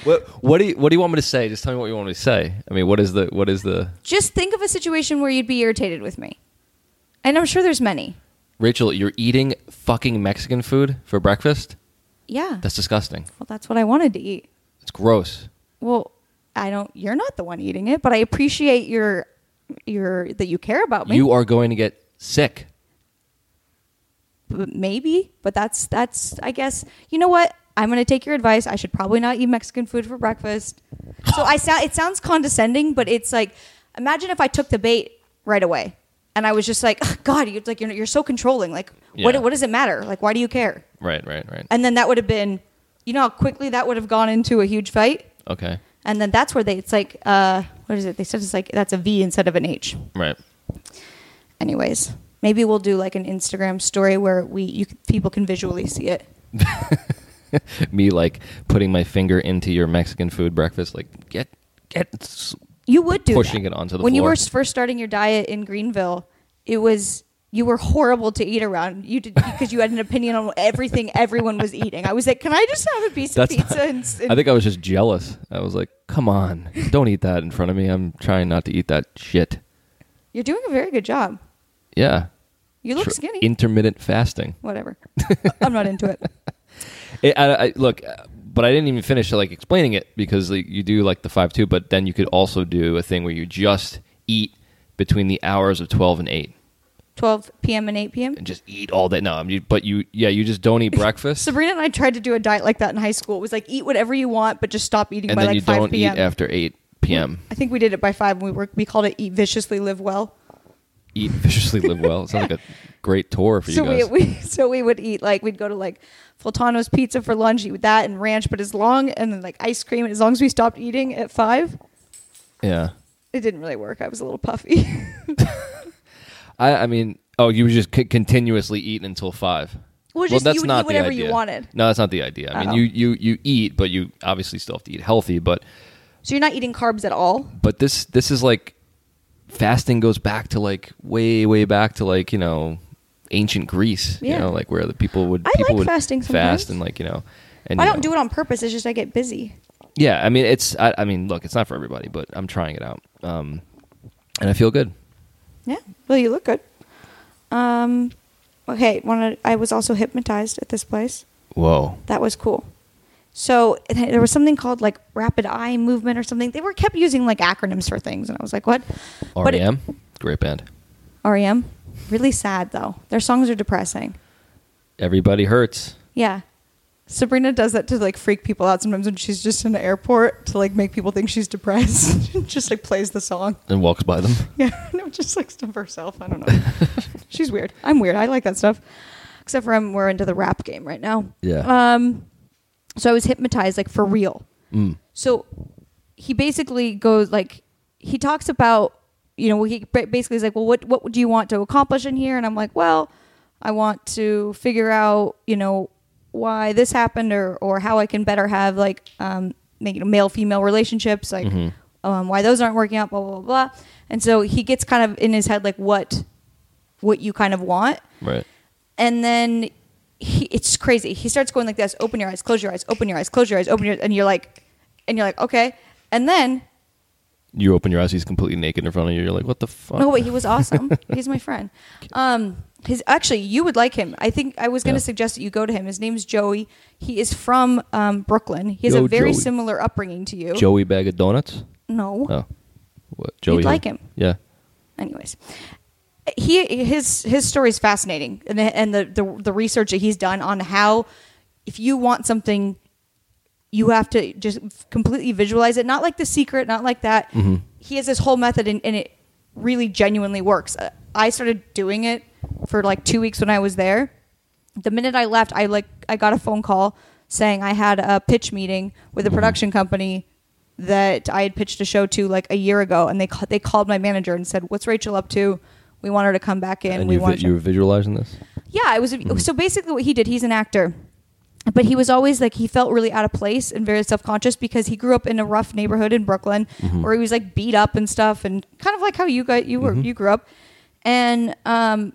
Speaker 2: What what do you what do you want me to say? Just tell me what you want me to say. I mean, what is the what is the
Speaker 1: Just think of a situation where you'd be irritated with me, and I'm sure there's many.
Speaker 2: Rachel? You're eating fucking Mexican food for breakfast.
Speaker 1: Yeah.
Speaker 2: That's disgusting.
Speaker 1: well, that's what I wanted to eat.
Speaker 2: It's gross.
Speaker 1: Well, I don't. You're not the one eating it, but I appreciate your your that you care about me.
Speaker 2: You are going to get sick.
Speaker 1: B- maybe, but that's that's. I guess you know what. I'm gonna take your advice. I should probably not eat Mexican food for breakfast. So I sound. It sounds condescending, but it's like imagine if I took the bait right away, and I was just like, "Ugh, God, you're like you're, you're so controlling. Like,
Speaker 2: Yeah.
Speaker 1: what what does it matter? Like, why do you care?
Speaker 2: Right, right, right.
Speaker 1: And then that would have been, you know, how quickly that would have gone into a huge fight.
Speaker 2: Okay.
Speaker 1: And then that's where they. It's like, uh, what is it? They said it's like that's a V instead of an H.
Speaker 2: Right.
Speaker 1: anyways maybe we'll do like an instagram story where we you c- people can visually see it
Speaker 2: Me like putting my finger into your Mexican food breakfast. Like get get. s-
Speaker 1: you would do
Speaker 2: Pushing
Speaker 1: that.
Speaker 2: it onto the
Speaker 1: when you
Speaker 2: floor.
Speaker 1: were s- first starting your diet in greenville it was you were horrible to eat around you did because you had an opinion on everything everyone was eating i was like can i just have a piece
Speaker 2: That's
Speaker 1: of pizza and, s- and
Speaker 2: I think I was just jealous. I was like, come on, don't eat that in front of me. I'm trying not to eat that shit.
Speaker 1: you're doing a very good job
Speaker 2: Yeah.
Speaker 1: you look
Speaker 2: Tr-
Speaker 1: skinny
Speaker 2: Intermittent fasting.
Speaker 1: whatever i'm not into it
Speaker 2: It, I, I, look, uh, but I didn't even finish like explaining it because like, you do like the five two, but then you could also do a thing where you just eat between the hours of twelve and eight,
Speaker 1: 12 p.m and 8 p.m
Speaker 2: and just eat all day. No, I mean, but you yeah, you just don't eat breakfast,
Speaker 1: sabrina and i tried to do a diet like that in high school it was like eat whatever you want but just stop eating
Speaker 2: and
Speaker 1: by
Speaker 2: then
Speaker 1: like
Speaker 2: you
Speaker 1: 5
Speaker 2: don't
Speaker 1: p.m
Speaker 2: eat after eight p.m.
Speaker 1: I think we did it by five. And we were we called it "Eat Viciously, Live Well."
Speaker 2: Eat viciously, live well. It sounds like a great tour for
Speaker 1: So
Speaker 2: you guys.
Speaker 1: we, we so we would eat like we'd go to like Fultano's Pizza for lunch, eat that and ranch, but as long and then like ice cream. And as long as we stopped eating at five,
Speaker 2: yeah,
Speaker 1: It didn't really work. I was a little puffy.
Speaker 2: I, I mean, oh, you were just c- continuously eating until five.
Speaker 1: Well, just- you would eat
Speaker 2: the
Speaker 1: whatever you
Speaker 2: idea.
Speaker 1: wanted.
Speaker 2: No, that's not the idea. I
Speaker 1: Oh.
Speaker 2: mean, you, you you eat, but you obviously still have to eat healthy. But
Speaker 1: so you're not eating carbs at all.
Speaker 2: but this this is like fasting goes back to like way way back to like you know ancient Greece.
Speaker 1: Yeah.
Speaker 2: You know, like where the people would
Speaker 1: I
Speaker 2: people
Speaker 1: like
Speaker 2: would
Speaker 1: fasting sometimes.
Speaker 2: fast and like you know. And
Speaker 1: I don't do it on purpose. It's just I get busy.
Speaker 2: Yeah, I mean it's I, I mean look, it's not for everybody, but I'm trying it out. Um, and I feel good.
Speaker 1: Yeah. Well, you look good. Um, okay. Wanna, I was also hypnotized at this place.
Speaker 2: Whoa.
Speaker 1: That was cool. So and there was something called like rapid eye movement or something. They were kept using like acronyms for things, and I was like, what? But it-
Speaker 2: REM, E great band.
Speaker 1: REM. E Really sad though. Their songs are depressing.
Speaker 2: Everybody hurts.
Speaker 1: Yeah. Sabrina does that to like freak people out sometimes when she's just in the airport to like make people think she's depressed. just like plays the song.
Speaker 2: and walks by them.
Speaker 1: Yeah, no, just like stuff herself. I don't know. She's weird. I'm weird. I like that stuff. Except for I'm we're into the rap game right now.
Speaker 2: Yeah.
Speaker 1: Um, so I was hypnotized like for real.
Speaker 2: Mm.
Speaker 1: So he basically goes like he talks about you know he ba- basically is like well what what do you want to accomplish in here and I'm like well I want to figure out you know why this happened or or how I can better have like um make, you know, male female relationships like um, why those aren't working out blah blah blah blah. and so he gets kind of in his head like what what you kind of want
Speaker 2: Right.
Speaker 1: and then he, it's crazy. He starts going like this: open your eyes, close your eyes, open your eyes, close your eyes, open your, and you're like, and you're like, okay. And then
Speaker 2: You open your eyes, he's completely naked in front of you. You're like, what the fuck?
Speaker 1: no, wait, he was awesome. He's my friend. Um, his actually, you would like him. I think I was going to
Speaker 2: Yeah.
Speaker 1: suggest that you go to him. His name's Joey. He is from um, Brooklyn. He has
Speaker 2: Yo,
Speaker 1: a very
Speaker 2: Joey.
Speaker 1: similar upbringing to you.
Speaker 2: Joey bag of donuts?
Speaker 1: no.
Speaker 2: Oh. What? Joey.
Speaker 1: like him.
Speaker 2: Yeah.
Speaker 1: anyways he his his story is fascinating and the, and the, the the research that he's done on how if you want something you have to just completely visualize it not like the secret not like that
Speaker 2: Mm-hmm.
Speaker 1: he has this whole method and, and it really genuinely works Uh, i started doing it for like two weeks when i was there the minute i left i like i got a phone call saying i had a pitch meeting with a
Speaker 2: Mm-hmm.
Speaker 1: production company that I had pitched a show to like a year ago, and they ca- they called my manager and said, "What's Rachel up to? We want her to come back in.
Speaker 2: And,
Speaker 1: we
Speaker 2: you, vi-
Speaker 1: want
Speaker 2: you were
Speaker 1: her."
Speaker 2: visualizing this?
Speaker 1: yeah." It was so basically what he did. He's an actor, but he was always like he felt really out of place and very self conscious because he grew up in a rough neighborhood in Brooklyn where he was like beat up and stuff, and kind of like how you got you were you grew up, and um,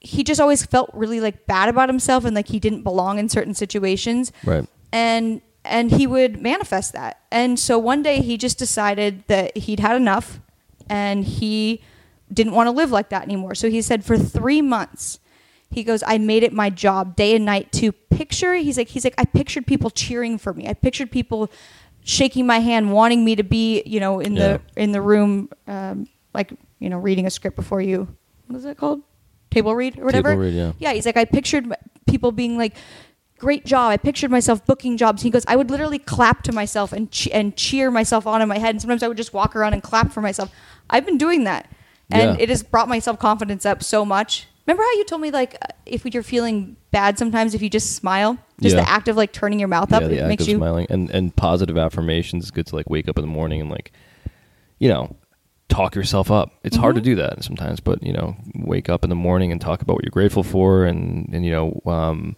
Speaker 1: he just always felt really like bad about himself and like he didn't belong in certain situations
Speaker 2: Right.
Speaker 1: and and he would manifest that and so one day he just decided that he'd had enough and he didn't want to live like that anymore so he said for three months he goes i made it my job day and night to picture he's like he's like i pictured people cheering for me i pictured people shaking my hand wanting me to be you know in the
Speaker 2: Yeah.
Speaker 1: in the room um, like you know reading a script before you what is that called table read or whatever
Speaker 2: read, yeah.
Speaker 1: yeah he's like i pictured m- people being like great job i pictured myself booking jobs he goes i would literally clap to myself and che- and cheer myself on in my head and sometimes i would just walk around and clap for myself i've been doing that and
Speaker 2: Yeah.
Speaker 1: it has brought my self-confidence up so much remember how you told me like uh, if you're feeling bad sometimes if you just smile just
Speaker 2: Yeah.
Speaker 1: the act of like turning your mouth up
Speaker 2: yeah, the
Speaker 1: it
Speaker 2: act
Speaker 1: makes
Speaker 2: of
Speaker 1: you
Speaker 2: smiling. And, and positive affirmations. It's good to like wake up in the morning and like, you know, talk yourself up. It's hard
Speaker 1: Mm-hmm.
Speaker 2: to do that sometimes, but you know, wake up in the morning and talk about what you're grateful for and, and you know, um,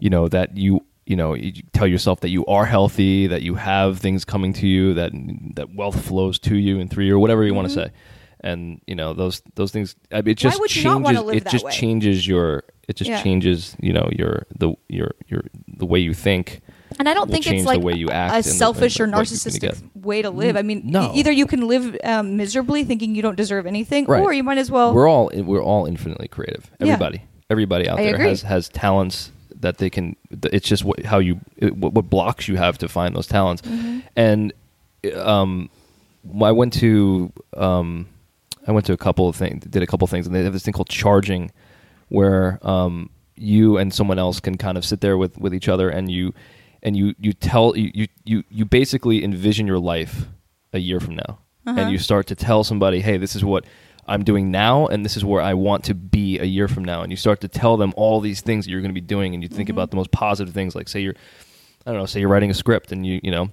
Speaker 2: you know that you you know you tell yourself that you are healthy that you have things coming to you that that wealth flows to you in three or whatever you want to say and you know those those things I mean, it
Speaker 1: Mm-hmm. Why
Speaker 2: just
Speaker 1: would you not
Speaker 2: changes
Speaker 1: wanna live
Speaker 2: it
Speaker 1: that
Speaker 2: just
Speaker 1: way?
Speaker 2: changes your it just
Speaker 1: Yeah.
Speaker 2: changes you know your the your your the way you think
Speaker 1: and I don't
Speaker 2: will
Speaker 1: think
Speaker 2: change
Speaker 1: it's like
Speaker 2: the way you act
Speaker 1: a
Speaker 2: and the- and
Speaker 1: selfish or
Speaker 2: what you're gonna
Speaker 1: narcissistic
Speaker 2: get.
Speaker 1: way to live. I mean, e,
Speaker 2: No.
Speaker 1: either you can live um, miserably thinking you don't deserve anything,
Speaker 2: Right.
Speaker 1: or you might as well.
Speaker 2: We're all we're all infinitely creative.
Speaker 1: Yeah.
Speaker 2: Everybody, everybody out
Speaker 1: I
Speaker 2: there
Speaker 1: agree.
Speaker 2: has has talents that they can. th- It's just what, how you it, what, what blocks you have to find those talents.
Speaker 1: Mm-hmm.
Speaker 2: And um, I went to um, I went to a couple of things, did a couple of things, and they have this thing called charging, where um, you and someone else can kind of sit there with with each other, and you and you you tell you you you, you basically envision your life a year from now, and you start to tell somebody, hey, this is what. I'm doing now, and this is where I want to be a year from now. And you start to tell them all these things that you're going to be doing, and you think about the most positive things. Like, say you're, I don't know, say you're writing a script, and you, you know,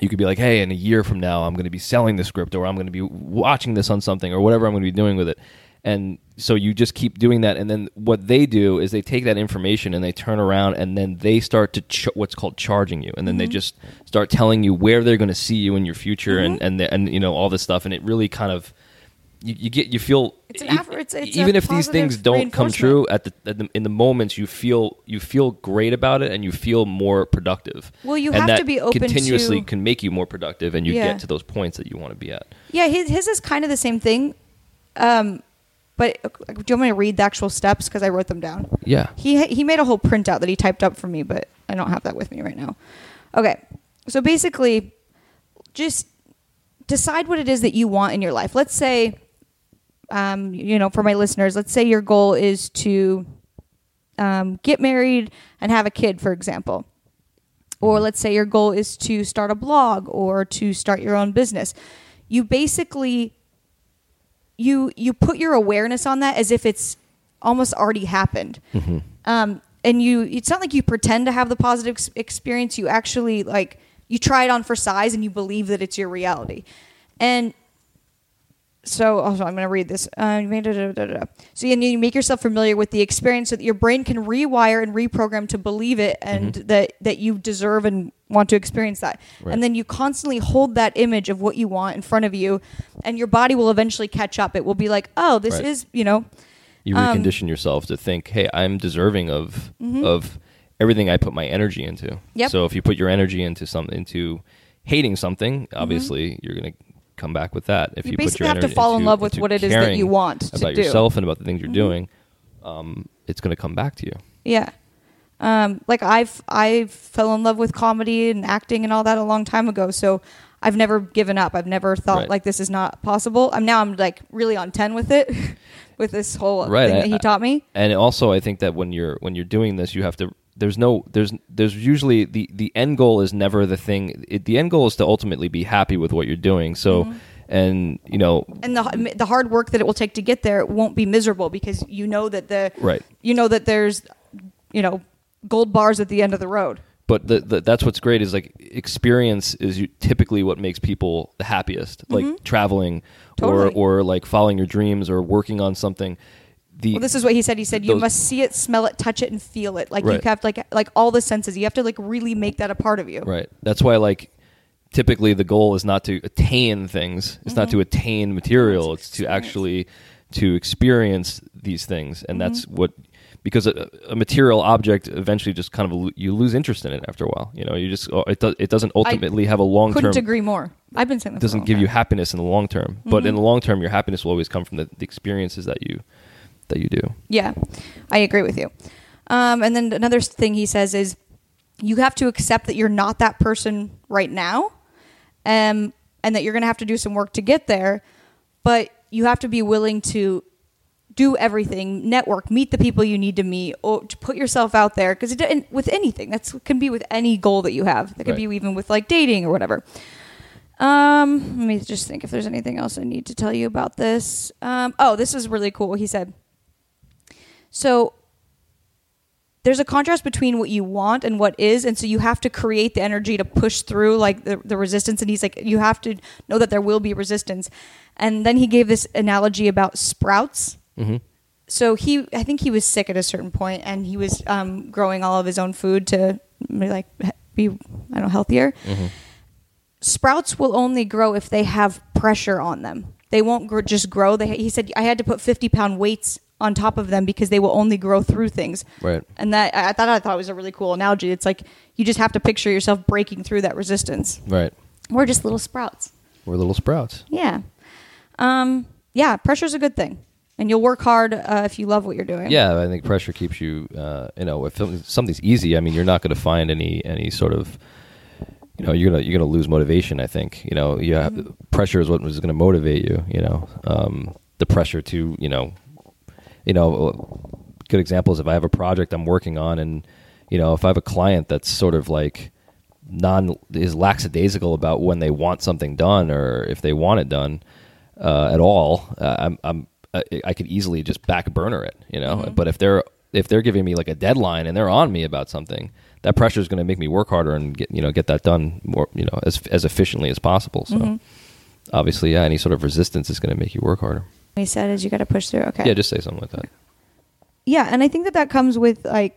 Speaker 2: you could be like, hey, in a year from now, I'm going to be selling this script or I'm going to be watching this on something or whatever I'm going to be doing with it. And so you just keep doing that. And then what they do is they take that information and they turn around and then they start to ch- what's called charging you. And then
Speaker 1: Mm-hmm.
Speaker 2: they just start telling you where they're going to see you in your future and,
Speaker 1: Mm-hmm.
Speaker 2: and, the, and, you know, all this stuff. And it really kind of, you, you get, you feel, e-,
Speaker 1: It's an aver- it's- it's a
Speaker 2: even if these
Speaker 1: positive
Speaker 2: things don't come
Speaker 1: reinforcement.
Speaker 2: true at the, at the, in the moments you feel, you feel great about it and you feel more productive.
Speaker 1: Well, you
Speaker 2: And
Speaker 1: have to
Speaker 2: that
Speaker 1: be open
Speaker 2: continuously
Speaker 1: to-
Speaker 2: can make you more productive and you
Speaker 1: Yeah.
Speaker 2: get to those points that you want to be at.
Speaker 1: Yeah, his, his is kind of the same thing. Um, but uh, do you want me to read the actual steps because I wrote them down?
Speaker 2: Yeah.
Speaker 1: He he made a whole printout that he typed up for me, but I don't have that with me right now. Okay, so basically, just decide what it is that you want in your life. Let's say, um, you know, for my listeners, let's say your goal is to um, get married and have a kid, for example. Or let's say your goal is to start a blog or to start your own business. You basically you you put your awareness on that as if it's almost already happened. Um, and you it's not like you pretend to have the positive ex- experience. You actually like you try it on for size and you believe that it's your reality. And so also I'm going to read this. Uh, you made it- da, da, da, da. so you, you make yourself familiar with the experience so that your brain can rewire and reprogram to believe it and that that you deserve and want to experience that.
Speaker 2: Mm-hmm. Right.
Speaker 1: And then you constantly hold that image of what you want in front of you, and your body will eventually catch up. It will be like, oh, this
Speaker 2: Right.
Speaker 1: is you know,
Speaker 2: You recondition
Speaker 1: Um,
Speaker 2: yourself to think, "Hey, I'm deserving of of everything I put my energy into."
Speaker 1: Mm-hmm. Yep.
Speaker 2: So if you put your energy into something into hating something, obviously you're going to come back with that. If
Speaker 1: Mm-hmm. You
Speaker 2: you, put
Speaker 1: basically
Speaker 2: your
Speaker 1: have to
Speaker 2: energy
Speaker 1: fall in
Speaker 2: into-
Speaker 1: love with
Speaker 2: into
Speaker 1: what it is that
Speaker 2: caring
Speaker 1: you want to
Speaker 2: about
Speaker 1: do. Mm-hmm.
Speaker 2: yourself and about the things you're doing. Um, it's going to come back to you.
Speaker 1: Yeah. Um, like I've I fell in love with comedy and acting and all that a long time ago. So I've never given up. I've never thought
Speaker 2: Right.
Speaker 1: like this is not possible. I'm now I'm like really on ten with it, with this whole
Speaker 2: Right,
Speaker 1: thing
Speaker 2: I-
Speaker 1: that he
Speaker 2: I-
Speaker 1: taught me.
Speaker 2: and also i think that when you're when you're doing this you have to there's no there's there's usually the the end goal is never the thing it, the end goal is to ultimately be happy with what you're doing so and you know
Speaker 1: And the the hard work that it will take to get there won't be miserable because you know that the
Speaker 2: Right.
Speaker 1: you know that there's you know gold bars at the end of the road.
Speaker 2: but the, the, that's what's great is like experience is you, typically what makes people the happiest like traveling
Speaker 1: Totally.
Speaker 2: or or like following your dreams or working on something the
Speaker 1: Well, this is what he said. He said you
Speaker 2: Those-
Speaker 1: must see it, smell it, touch it, and feel it. Like you
Speaker 2: Right.
Speaker 1: have to, like like all the senses. You have to like really make that a part of you.
Speaker 2: Right. That's why like typically the goal is not to attain things. It's
Speaker 1: Mm-hmm.
Speaker 2: not to attain material. It's to actually to experience these things, and that's
Speaker 1: Mm-hmm.
Speaker 2: what because a, a material object eventually just kind of lo- you lose interest in it after a while. You know, you just oh, it does it doesn't ultimately have a long term.
Speaker 1: Couldn't agree more. I've been saying that. Mm-hmm. for a
Speaker 2: Doesn't
Speaker 1: long
Speaker 2: give
Speaker 1: time.
Speaker 2: you happiness in the long term, but in the long term, your happiness will always come from the, the experiences that you that you do.
Speaker 1: Yeah, I agree with you. Um, and then another thing he says is you have to accept that you're not that person right now um, and that you're going to have to do some work to get there, but you have to be willing to do everything, network, meet the people you need to meet, or to put yourself out there. Because with anything, that's can be with any goal that you have. That could
Speaker 2: Right.
Speaker 1: be even with like dating or whatever. Um, let me just think if there's anything else I need to tell you about this. Um, oh, this is really cool. He said, so there's a contrast between what you want and what is and so you have to create the energy to push through like the, the resistance and he's like you have to know that there will be resistance and then he gave this analogy about sprouts
Speaker 2: Mm-hmm.
Speaker 1: so he i think he was sick at a certain point and he was um, growing all of his own food to like be i don't know healthier
Speaker 2: Mm-hmm.
Speaker 1: sprouts will only grow if they have pressure on them. They won't gr- just grow. They, he said, I had to put 50 pound weights on top of them because they will only grow through things.
Speaker 2: Right.
Speaker 1: And that I I thought I thought it was a really cool analogy. It's like you just have to picture yourself breaking through that resistance.
Speaker 2: Right.
Speaker 1: We're just little sprouts.
Speaker 2: We're little sprouts.
Speaker 1: Yeah. Um, yeah, pressure's a good thing. And you'll work hard uh, if you love what you're doing.
Speaker 2: Yeah, I think pressure keeps you. Uh, you know, if something- something's easy, I mean, you're not going to find any any sort of. You know, you're gonna you're gonna lose motivation. I think. You know, you have, pressure is what is going to motivate you. You know, um, the pressure to you know, you know, good examples. If I have a project I'm working on, and you know, if I have a client that's sort of like non is lackadaisical about when they want something done or if they want it done uh, at all, uh, I'm, I'm I, I could easily just back burner it, you know. But if they're if they're giving me like a deadline and they're on me about something, that pressure is going to make me work harder and get you know get that done more you know as as efficiently as possible. So obviously, yeah, any sort of resistance is going to make you work harder.
Speaker 1: He said is you got to push through. Okay.
Speaker 2: Yeah, just say something like that.
Speaker 1: yeah and i think that that comes with like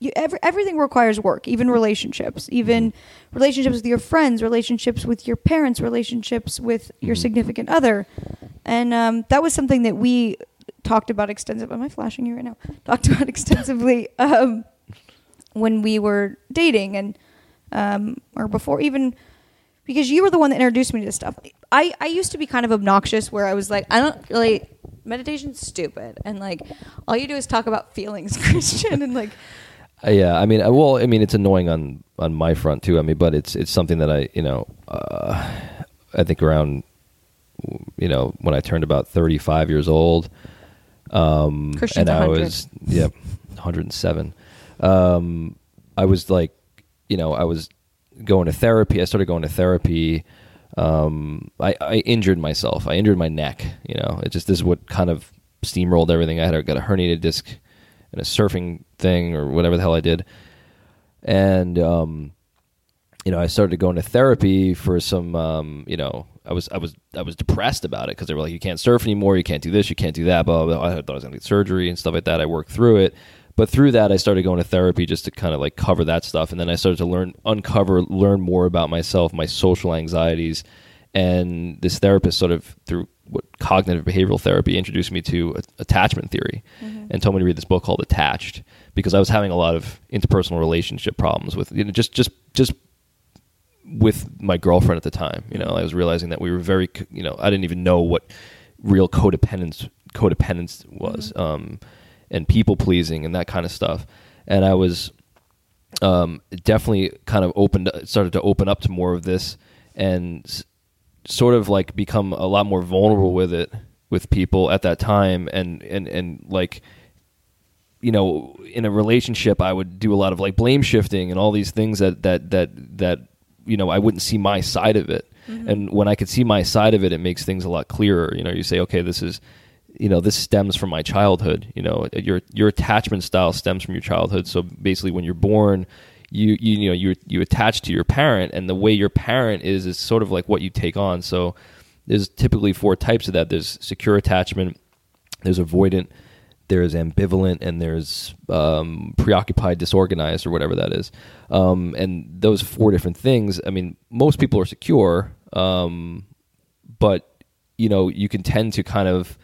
Speaker 1: you, every, everything requires work even relationships
Speaker 2: Mm-hmm.
Speaker 1: even relationships with your friends relationships with your parents relationships with your
Speaker 2: Mhm.
Speaker 1: significant other and um, that was something that we talked about extensively am i flashing you right now talked about extensively um, when we were dating and um, or before even because you were the one that introduced me to this stuff. I, I used to be kind of obnoxious where I was like, I don't really meditation's stupid and like all you do is talk about feelings, Christian, and like
Speaker 2: Uh, yeah, I mean, I, well, I mean, it's annoying on on my front too. I mean, but it's it's something that I, you know, uh, I think around, you know, when I turned about thirty five years old, um,
Speaker 1: Christian's
Speaker 2: and I
Speaker 1: 100.
Speaker 2: was yeah, one hundred and seven. Um, I was like, you know, I was going to therapy. I started going to therapy. Um, I, I injured myself. I injured my neck. You know, it just this is what kind of steamrolled everything. I had a, got a herniated disc and a surfing thing or whatever the hell I did, and um, you know, I started going to therapy for some, um, you know, I was, I was, I was depressed about it because they were like, you can't surf anymore, you can't do this, you can't do that. Blah, blah, blah. I thought I was going to get surgery and stuff like that. I worked through it, but through that, I started going to therapy just to kind of like cover that stuff, and then I started to learn, uncover, learn more about myself, my social anxieties, and this therapist sort of through what cognitive behavioral therapy introduced me to a- attachment theory and told me to read this book called Attached because I was having a lot of interpersonal relationship problems with you know just just just with my girlfriend at the time. You know, I was realizing that we were very, co- you know, I didn't even know what real codependence codependence was, um, and people pleasing and that kind of stuff. And I was um, definitely kind of opened, started to open up to more of this, and s- sort of like become a lot more vulnerable with it with people at that time, and and and like you know, in a relationship, I would do a lot of like blame shifting and all these things that that that that you know I wouldn't see my side of it. And when I could see my side of it, it makes things a lot clearer. You know, you say, okay, this is, you know, this stems from my childhood. You know, your your attachment style stems from your childhood. So basically, when you're born, you you, you know you you attach to your parent, and the way your parent is is sort of like what you take on. So there's typically four types of that. There's secure attachment there's avoidant, there's ambivalent, and there's um, preoccupied, disorganized, or whatever that is. Um, and those four different things. I mean, most people are secure, um, but you know, you can tend to kind of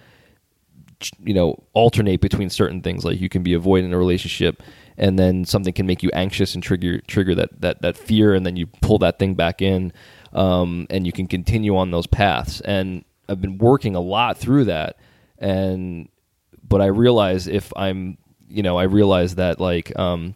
Speaker 2: ch- you know alternate between certain things like you can be avoidant in a relationship and then something can make you anxious and trigger trigger that that that fear and then you pull that thing back in um, and you can continue on those paths and i've been working a lot through that and but i realize if i'm you know i realize that like um,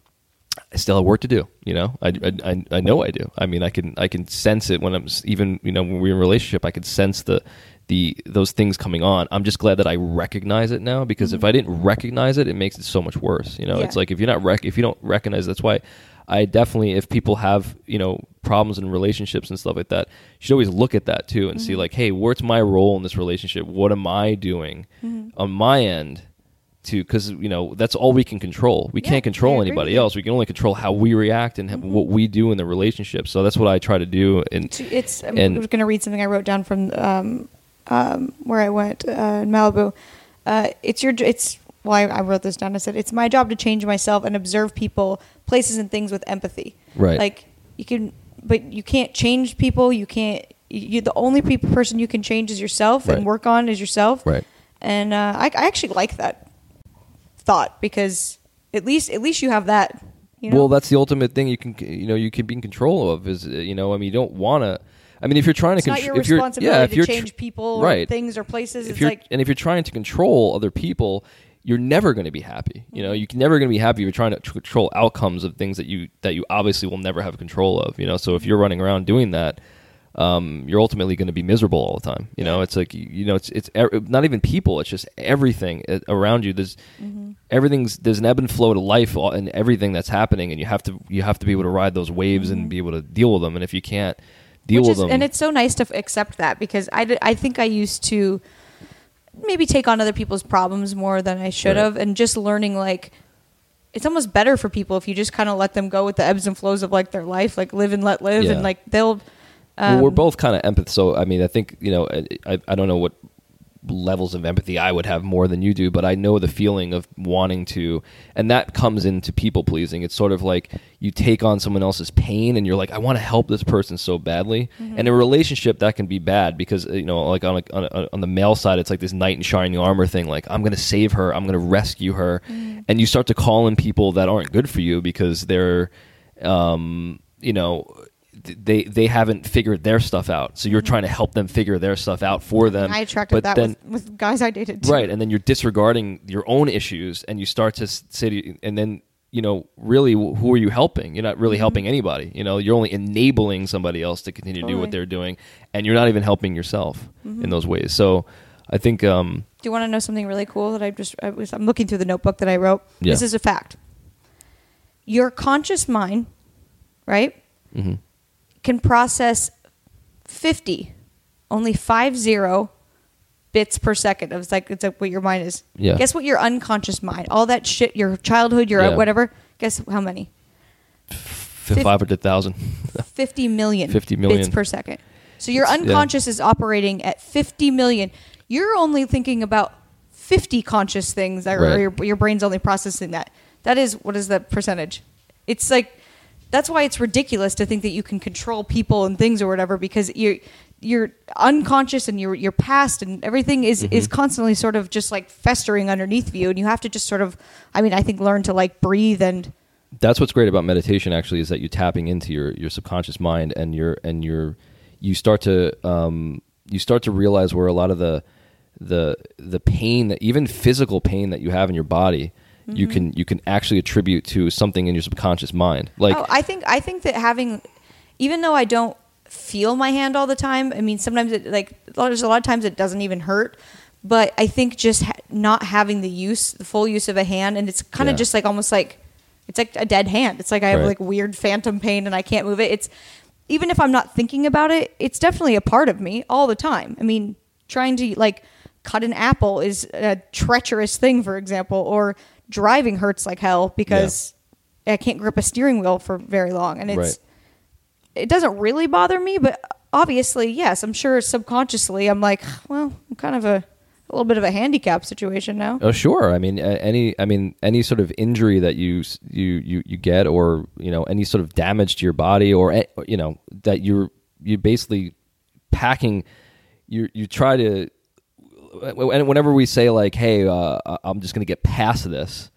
Speaker 2: I still have work to do. You know, I, I, I- I know I do. I mean, I can I can sense it when I'm s- even you know when we're in a relationship. I can sense the the those things coming on. I'm just glad that I recognize it now because if I didn't recognize it, it makes it so much worse. You know,
Speaker 1: Yeah.
Speaker 2: it's like if you're not rec- if you don't recognize, that's why I definitely if people have you know problems in relationships and stuff like that, you should always look at that too and
Speaker 1: Mm-hmm.
Speaker 2: see like, hey, what's my role in this relationship? What am I doing
Speaker 1: Mm-hmm.
Speaker 2: on my end? to because you know that's all we can control. We
Speaker 1: Yeah,
Speaker 2: can't
Speaker 1: I
Speaker 2: control
Speaker 1: agree with
Speaker 2: anybody
Speaker 1: you. Mm-hmm.
Speaker 2: else. We can only control how we react and ha- what we do in the relationship. So that's what I try to do. And
Speaker 1: to- it's I'm
Speaker 2: And-
Speaker 1: going to read something I wrote down from um, um, where I went uh, in Malibu. Uh, it's your j- it's well I, I wrote this down. I said it's my job to change myself and observe people, places, and things with empathy.
Speaker 2: Right.
Speaker 1: Like you can, but you can't change people. You can't. You you- the only people, person you can change is yourself
Speaker 2: Right.
Speaker 1: and work on is yourself.
Speaker 2: Right.
Speaker 1: And uh, I, I actually like that thought because at least at least you have that. You know?
Speaker 2: well, that's the ultimate thing you can you know you can be in control of is uh, you know I mean you don't want to. I mean if you're trying
Speaker 1: it's
Speaker 2: to
Speaker 1: not
Speaker 2: contr-
Speaker 1: your
Speaker 2: if you're-
Speaker 1: responsibility
Speaker 2: yeah, if
Speaker 1: to
Speaker 2: you're tr-
Speaker 1: change people or
Speaker 2: right
Speaker 1: things or places.
Speaker 2: if
Speaker 1: it's
Speaker 2: you're
Speaker 1: like
Speaker 2: and if you're trying to control other people you're never going to be happy you know
Speaker 1: Mm-hmm.
Speaker 2: you're never going to be happy if you're trying to tr- control outcomes of things that you that you obviously will never have control of you know so if you're running around doing that um, you're ultimately going to be miserable all the time you know it's like you- you know it's it's e- not even people it's just everything uh, around you there's
Speaker 1: Mm-hmm.
Speaker 2: everything's there's an ebb and flow to life all- and everything that's happening and you have to you have to be able to ride those waves and be able to deal with them and if you can't deal
Speaker 1: Mm-hmm. which
Speaker 2: with
Speaker 1: is,
Speaker 2: them
Speaker 1: and it's so nice to f- accept that because I, did- I think I used to maybe take on other people's problems more than I should
Speaker 2: Right.
Speaker 1: have and just learning like it's almost better for people if you just kind of let them go with the ebbs and flows of like their life, like live and let live,
Speaker 2: Yeah.
Speaker 1: and like they'll.
Speaker 2: well, we're both kind of empath. So I mean, I think you know, I- I I don't know what levels of empathy I would have more than you do, but I know the feeling of wanting to, and that comes into people pleasing. It's sort of like you take on someone else's pain, and you're like, I want to help this person so badly.
Speaker 1: Mm-hmm.
Speaker 2: And in a relationship, that can be bad because uh, you know, like on a, on, a, on the male side, it's like this knight in shining armor thing. Like I'm going to save her, I'm going to rescue her,
Speaker 1: Mm-hmm.
Speaker 2: and you start to call in people that aren't good for you because they're um, you know th- they they haven't figured their stuff out so you're trying to help them figure their stuff out for them
Speaker 1: Mm-hmm. I attracted
Speaker 2: Um, but
Speaker 1: that
Speaker 2: then
Speaker 1: with, with guys I dated. too.
Speaker 2: right and then you're disregarding your own issues and you start to s- say to, and then you know really wh- who are you helping you're not really helping anybody you know you're only enabling somebody else to continue to do what
Speaker 1: Totally.
Speaker 2: they're doing and you're not even helping yourself in those ways so i think um
Speaker 1: Do you want to know something really cool that I just I was, I'm looking through the notebook that I wrote.
Speaker 2: Yeah.
Speaker 1: This is a fact. Your conscious mind, right,
Speaker 2: mhm.
Speaker 1: can process 50, only five zero bits per second. It's like it's like what your mind is.
Speaker 2: Yeah.
Speaker 1: Guess what your unconscious mind, all that shit, your childhood, your
Speaker 2: Yeah.
Speaker 1: whatever. Guess how many?
Speaker 2: F- 500,000
Speaker 1: 50 million
Speaker 2: 50 million.
Speaker 1: bits per second. So your
Speaker 2: It's- yeah.
Speaker 1: unconscious is operating at 50 million. You're only thinking about 50 conscious things that
Speaker 2: Right.
Speaker 1: are your, your brain's only processing that. That is what is the percentage? It's like that's why it's ridiculous to think that you can control people and things or whatever because you're you're unconscious and your your past and everything is
Speaker 2: Mm-hmm.
Speaker 1: is constantly sort of just like festering underneath you and you have to just sort of I mean I think learn to like breathe and
Speaker 2: that's what's great about meditation actually is that you're tapping into your your subconscious mind and your and your you start to um you start to realize where a lot of the the the pain that even physical pain that you have in your body you can you can actually attribute to something in your subconscious mind like
Speaker 1: oh, I think I think that having, even though I don't feel my hand all the time, I mean sometimes it like there's a lot of times it doesn't even hurt, but I think just ha- not having the use, the full use of a hand, and it's kind of
Speaker 2: Yeah.
Speaker 1: just like almost like it's like a dead hand. It's like I have
Speaker 2: Right.
Speaker 1: like weird phantom pain and I can't move it. It's even if I'm not thinking about it, it's definitely a part of me all the time. I mean, trying to like cut an apple is a treacherous thing, for example, or driving hurts like hell because I can't grip a steering wheel for very long, and it's
Speaker 2: Right.
Speaker 1: it doesn't really bother me. But obviously, yes, I'm sure subconsciously I'm like, well, I'm kind of a, a little bit of a handicap situation now.
Speaker 2: Oh, sure. I mean, a- any. I mean, any sort of injury that you s- you you you get, or you know, any sort of damage to your body, or a- you know, that you're you basically packing. You you try to. And whenever we say like, "Hey, uh, I- I'm just going to get past this,"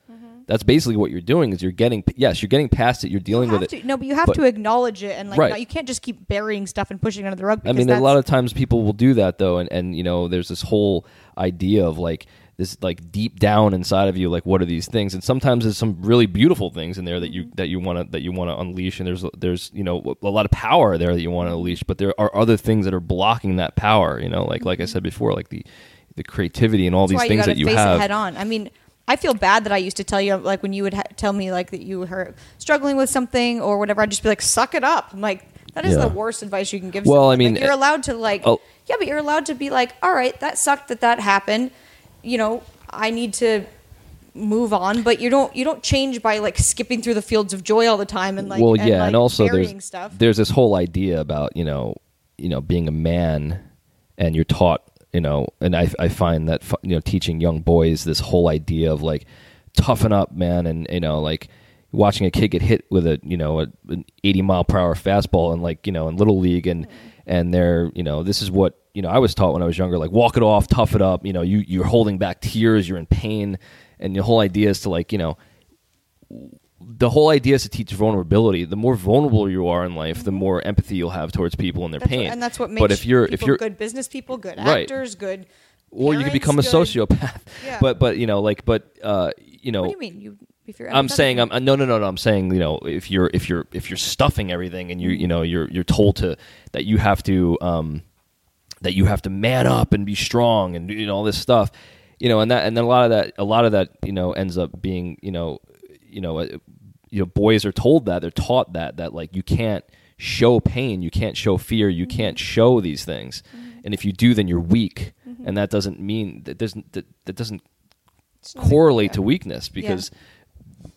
Speaker 2: that's basically what you're doing. Is you're getting yes, you're getting past it. You're dealing
Speaker 1: Mm-hmm. You have
Speaker 2: with it.
Speaker 1: to, no, but you have
Speaker 2: But-
Speaker 1: to acknowledge it, and like,
Speaker 2: Right.
Speaker 1: not- you can't just keep burying stuff and pushing it under the rug.
Speaker 2: I
Speaker 1: Because
Speaker 2: mean, a
Speaker 1: that's,
Speaker 2: lot of times people will do that though, and and you know, there's this whole idea of like this like deep down inside of you, like what are these things? And sometimes there's some really beautiful things in there that
Speaker 1: Mm-hmm.
Speaker 2: you that you want to that you want to unleash, and there's there's you know a lot of power there that you want to unleash, but there are other things that are blocking that power. You know, like like I said before, like the the creativity and all
Speaker 1: Mm-hmm. That's
Speaker 2: these things
Speaker 1: gotta
Speaker 2: that you
Speaker 1: face
Speaker 2: have.
Speaker 1: it head on. I mean, I feel bad that I used to tell you like when you would ha- tell me like that you were struggling with something or whatever. I'd just be like, "Suck it up." I'm like, that is
Speaker 2: Yeah.
Speaker 1: the worst advice you can give.
Speaker 2: Well,
Speaker 1: someone.
Speaker 2: I mean,
Speaker 1: Like, you're allowed to like,
Speaker 2: oh.
Speaker 1: yeah, but you're allowed to be like, "All right, that sucked that that happened." You know, I need to move on, but you don't you don't change by like skipping through the fields of joy all the time and like
Speaker 2: well,
Speaker 1: and,
Speaker 2: yeah,
Speaker 1: like,
Speaker 2: and also
Speaker 1: burying
Speaker 2: there's
Speaker 1: stuff.
Speaker 2: there's this whole idea about you know you know being a man, and you're taught you know, and I I find that fu- you know teaching young boys this whole idea of like toughen up, man, and you know like watching a kid get hit with a you know a, an 80 mile per hour fastball and like you know in little league and
Speaker 1: Mm-hmm.
Speaker 2: and they're you know this is what you know I was taught when I was younger like walk it off tough it up you know you you're holding back tears you're in pain and the whole idea is to like you know the whole idea is to teach vulnerability. The more vulnerable you are in life, the more empathy you'll have towards people and their
Speaker 1: That's what-
Speaker 2: pain.
Speaker 1: and that's what makes
Speaker 2: But if you're
Speaker 1: people
Speaker 2: if you're
Speaker 1: good business people, good
Speaker 2: Right.
Speaker 1: actors, good.
Speaker 2: or you can
Speaker 1: parents,
Speaker 2: become a
Speaker 1: good-
Speaker 2: sociopath.
Speaker 1: Yeah.
Speaker 2: But but you know like but uh you know
Speaker 1: What do you mean? You if you're
Speaker 2: I'm saying
Speaker 1: empathetic-
Speaker 2: I'm uh, no no no no I'm saying you know if you're if you're if you're stuffing everything and you you know you're you're told to that you have to um that you have to man up and be strong and you know all this stuff you know and that and then a lot of that a lot of that you know ends up being you know you know uh, you know boys are told that they're taught that that like you can't show pain you can't show fear you
Speaker 1: Mm-hmm.
Speaker 2: can't show these things and if you do then you're weak
Speaker 1: Mm-hmm.
Speaker 2: and that doesn't mean that doesn't that, that doesn't
Speaker 1: It's not a-
Speaker 2: correlate
Speaker 1: yeah.
Speaker 2: to weakness because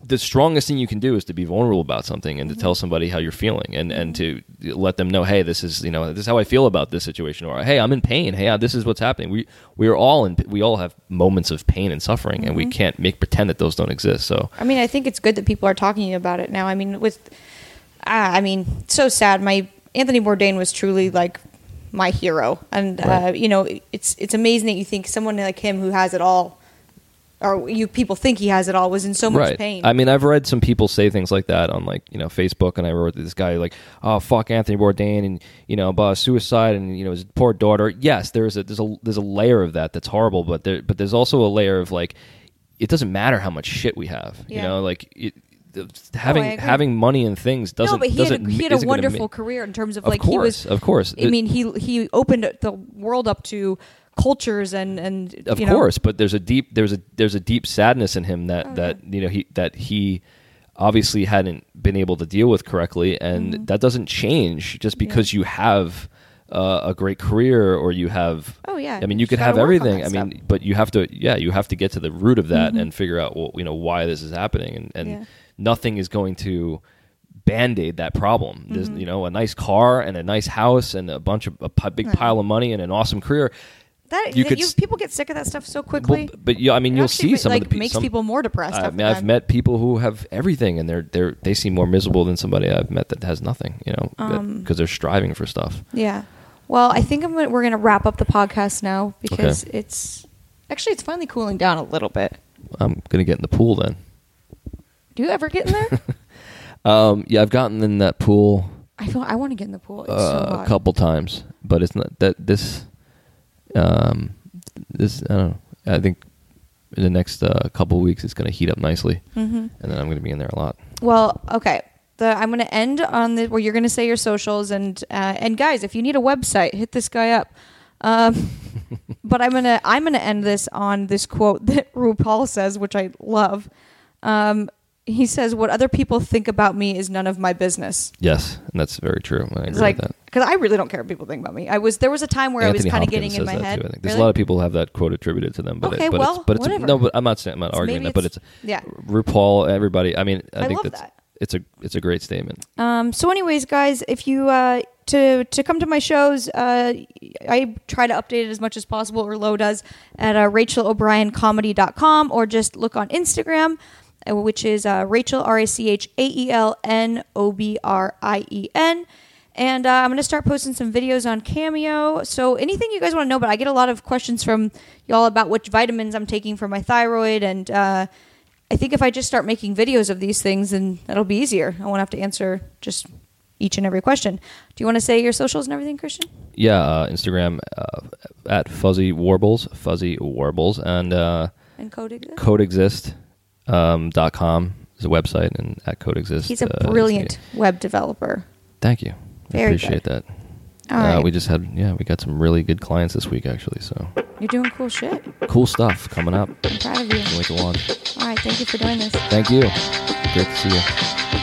Speaker 2: the strongest thing you can do is to be vulnerable about something and to tell somebody how you're feeling and and to let them know hey this is you know this is how I feel about this situation or hey I'm in pain hey uh, this is what's happening we we are all in we all have moments of pain and suffering and we can't make pretend that those don't exist so
Speaker 1: I mean, I think it's good that people are talking about it now. I mean, with, ah, I mean, so sad. My Anthony Bourdain was truly like my hero, and uh,
Speaker 2: Right.
Speaker 1: you know, it's it's amazing that you think someone like him who has it all, or you people think he has it all, was in so much
Speaker 2: right
Speaker 1: pain.
Speaker 2: I mean I've read some people say things like that on like you know Facebook and I wrote this guy like oh fuck Anthony Bourdain and you know about suicide and you know his poor daughter yes there's a there's a there's a layer of that that's horrible but there but there's also a layer of like it doesn't matter how much shit we have you
Speaker 1: Yeah. Oh,
Speaker 2: know like it, the- having
Speaker 1: agree.
Speaker 2: having money and things doesn't
Speaker 1: no, but he had
Speaker 2: doesn't
Speaker 1: a, he had
Speaker 2: isn't
Speaker 1: a
Speaker 2: gonna
Speaker 1: wonderful
Speaker 2: make-
Speaker 1: career in terms of,
Speaker 2: Of
Speaker 1: like he
Speaker 2: course,
Speaker 1: was.
Speaker 2: of course.
Speaker 1: I mean, he he opened the world up to cultures and and
Speaker 2: of
Speaker 1: you know,
Speaker 2: course but there's a deep there's a there's a deep sadness in him that that
Speaker 1: Mm-hmm.
Speaker 2: you know he that he obviously hadn't been able to deal with correctly and
Speaker 1: Mm-hmm.
Speaker 2: that doesn't change just because you have uh, a great career or you have
Speaker 1: Oh, yeah.
Speaker 2: i mean you
Speaker 1: You
Speaker 2: could
Speaker 1: gotta
Speaker 2: have
Speaker 1: work on
Speaker 2: everything i
Speaker 1: that
Speaker 2: mean
Speaker 1: stuff. Mm-hmm.
Speaker 2: but you have to yeah you have to get to the root of that and figure out well you know why this is happening and and
Speaker 1: Yeah.
Speaker 2: nothing is going to band-aid that problem There's,
Speaker 1: Mm-hmm.
Speaker 2: you know a nice car and a nice house and a bunch of a pi- big pile of money and an awesome career
Speaker 1: That,
Speaker 2: You
Speaker 1: you
Speaker 2: could s-
Speaker 1: people get sick of that stuff so quickly.
Speaker 2: well, but yeah, I mean,
Speaker 1: It
Speaker 2: you'll
Speaker 1: actually
Speaker 2: see some
Speaker 1: like,
Speaker 2: of the pe-
Speaker 1: makes
Speaker 2: some-
Speaker 1: people more depressed.
Speaker 2: I
Speaker 1: after
Speaker 2: mean, I've
Speaker 1: that.
Speaker 2: met people who have everything, and they're they're they seem more miserable than somebody I've met that has nothing. You know, because
Speaker 1: Um,
Speaker 2: they're striving for stuff.
Speaker 1: Yeah. Well, I think I'm gonna, we're going to wrap up the podcast now because it's actually it's finally cooling down a little bit.
Speaker 2: I'm gonna get in the pool then.
Speaker 1: Do you ever get in there?
Speaker 2: Um, yeah, I've gotten in that pool
Speaker 1: I feel I want to get in the pool. It's so
Speaker 2: uh,
Speaker 1: hot.
Speaker 2: a couple times, but it's not that this. Um, this I don't know. I think in the next uh, couple weeks it's gonna heat up nicely,
Speaker 1: Mhm.
Speaker 2: and then I'm gonna be in there a lot.
Speaker 1: Well, okay. The, I'm going to end on the where you're going to say your socials and uh, and guys, if you need a website, hit this guy up. Um, but I'm gonna I'm gonna end this on this quote that RuPaul says, which I love. Um, he says, "What other people think about me is none of my business."
Speaker 2: Yes, and that's very true. I agree
Speaker 1: It's like
Speaker 2: with that.
Speaker 1: because I really don't care what people think about me. I was there was a time where I was kind of getting in my
Speaker 2: that
Speaker 1: head.
Speaker 2: Too, I think. There's
Speaker 1: Really?
Speaker 2: a lot of people who have that quote attributed to them, but
Speaker 1: Okay,
Speaker 2: it, but
Speaker 1: well,
Speaker 2: it's, but it's
Speaker 1: whatever.
Speaker 2: no, but I'm not saying I'm not
Speaker 1: So
Speaker 2: arguing
Speaker 1: maybe
Speaker 2: that, but
Speaker 1: it's-
Speaker 2: it's
Speaker 1: yeah.
Speaker 2: RuPaul, everybody. I mean, I,
Speaker 1: I
Speaker 2: think
Speaker 1: love
Speaker 2: that's
Speaker 1: that.
Speaker 2: it's a it's a great statement.
Speaker 1: Um, so, anyways, guys, if you uh, to to come to my shows, uh, I try to update it as much as possible, or Lo does at uh, RachelO'brienComedy.com, or just look on Instagram, uh, which is uh, Rachel R A C H A E L N O B R I E N. And uh, I'm gonna start posting some videos on Cameo. So anything you guys want to know, but I get a lot of questions from y'all about which vitamins I'm taking for my thyroid and. Uh, I think if I just start making videos of these things, then that'll be easier. I won't have to answer just each and every question. Do you want to say your socials and everything, Christian?
Speaker 2: Yeah, uh, Instagram uh, at fuzzy warbles, fuzzy warbles, and uh,
Speaker 1: And code exist?
Speaker 2: codeexist um, dot com is a website, and at codeexist.
Speaker 1: He's a
Speaker 2: uh, is the-
Speaker 1: brilliant web developer.
Speaker 2: thank you. I
Speaker 1: Very
Speaker 2: appreciate that.
Speaker 1: All
Speaker 2: uh,
Speaker 1: right.
Speaker 2: We just had yeah, we got some really good clients this week actually. So
Speaker 1: You're doing cool shit.
Speaker 2: cool stuff coming up.
Speaker 1: I'm proud of you.
Speaker 2: Can't wait to launch.
Speaker 1: All right. Thank you for doing this.
Speaker 2: Thank you. Great to see you.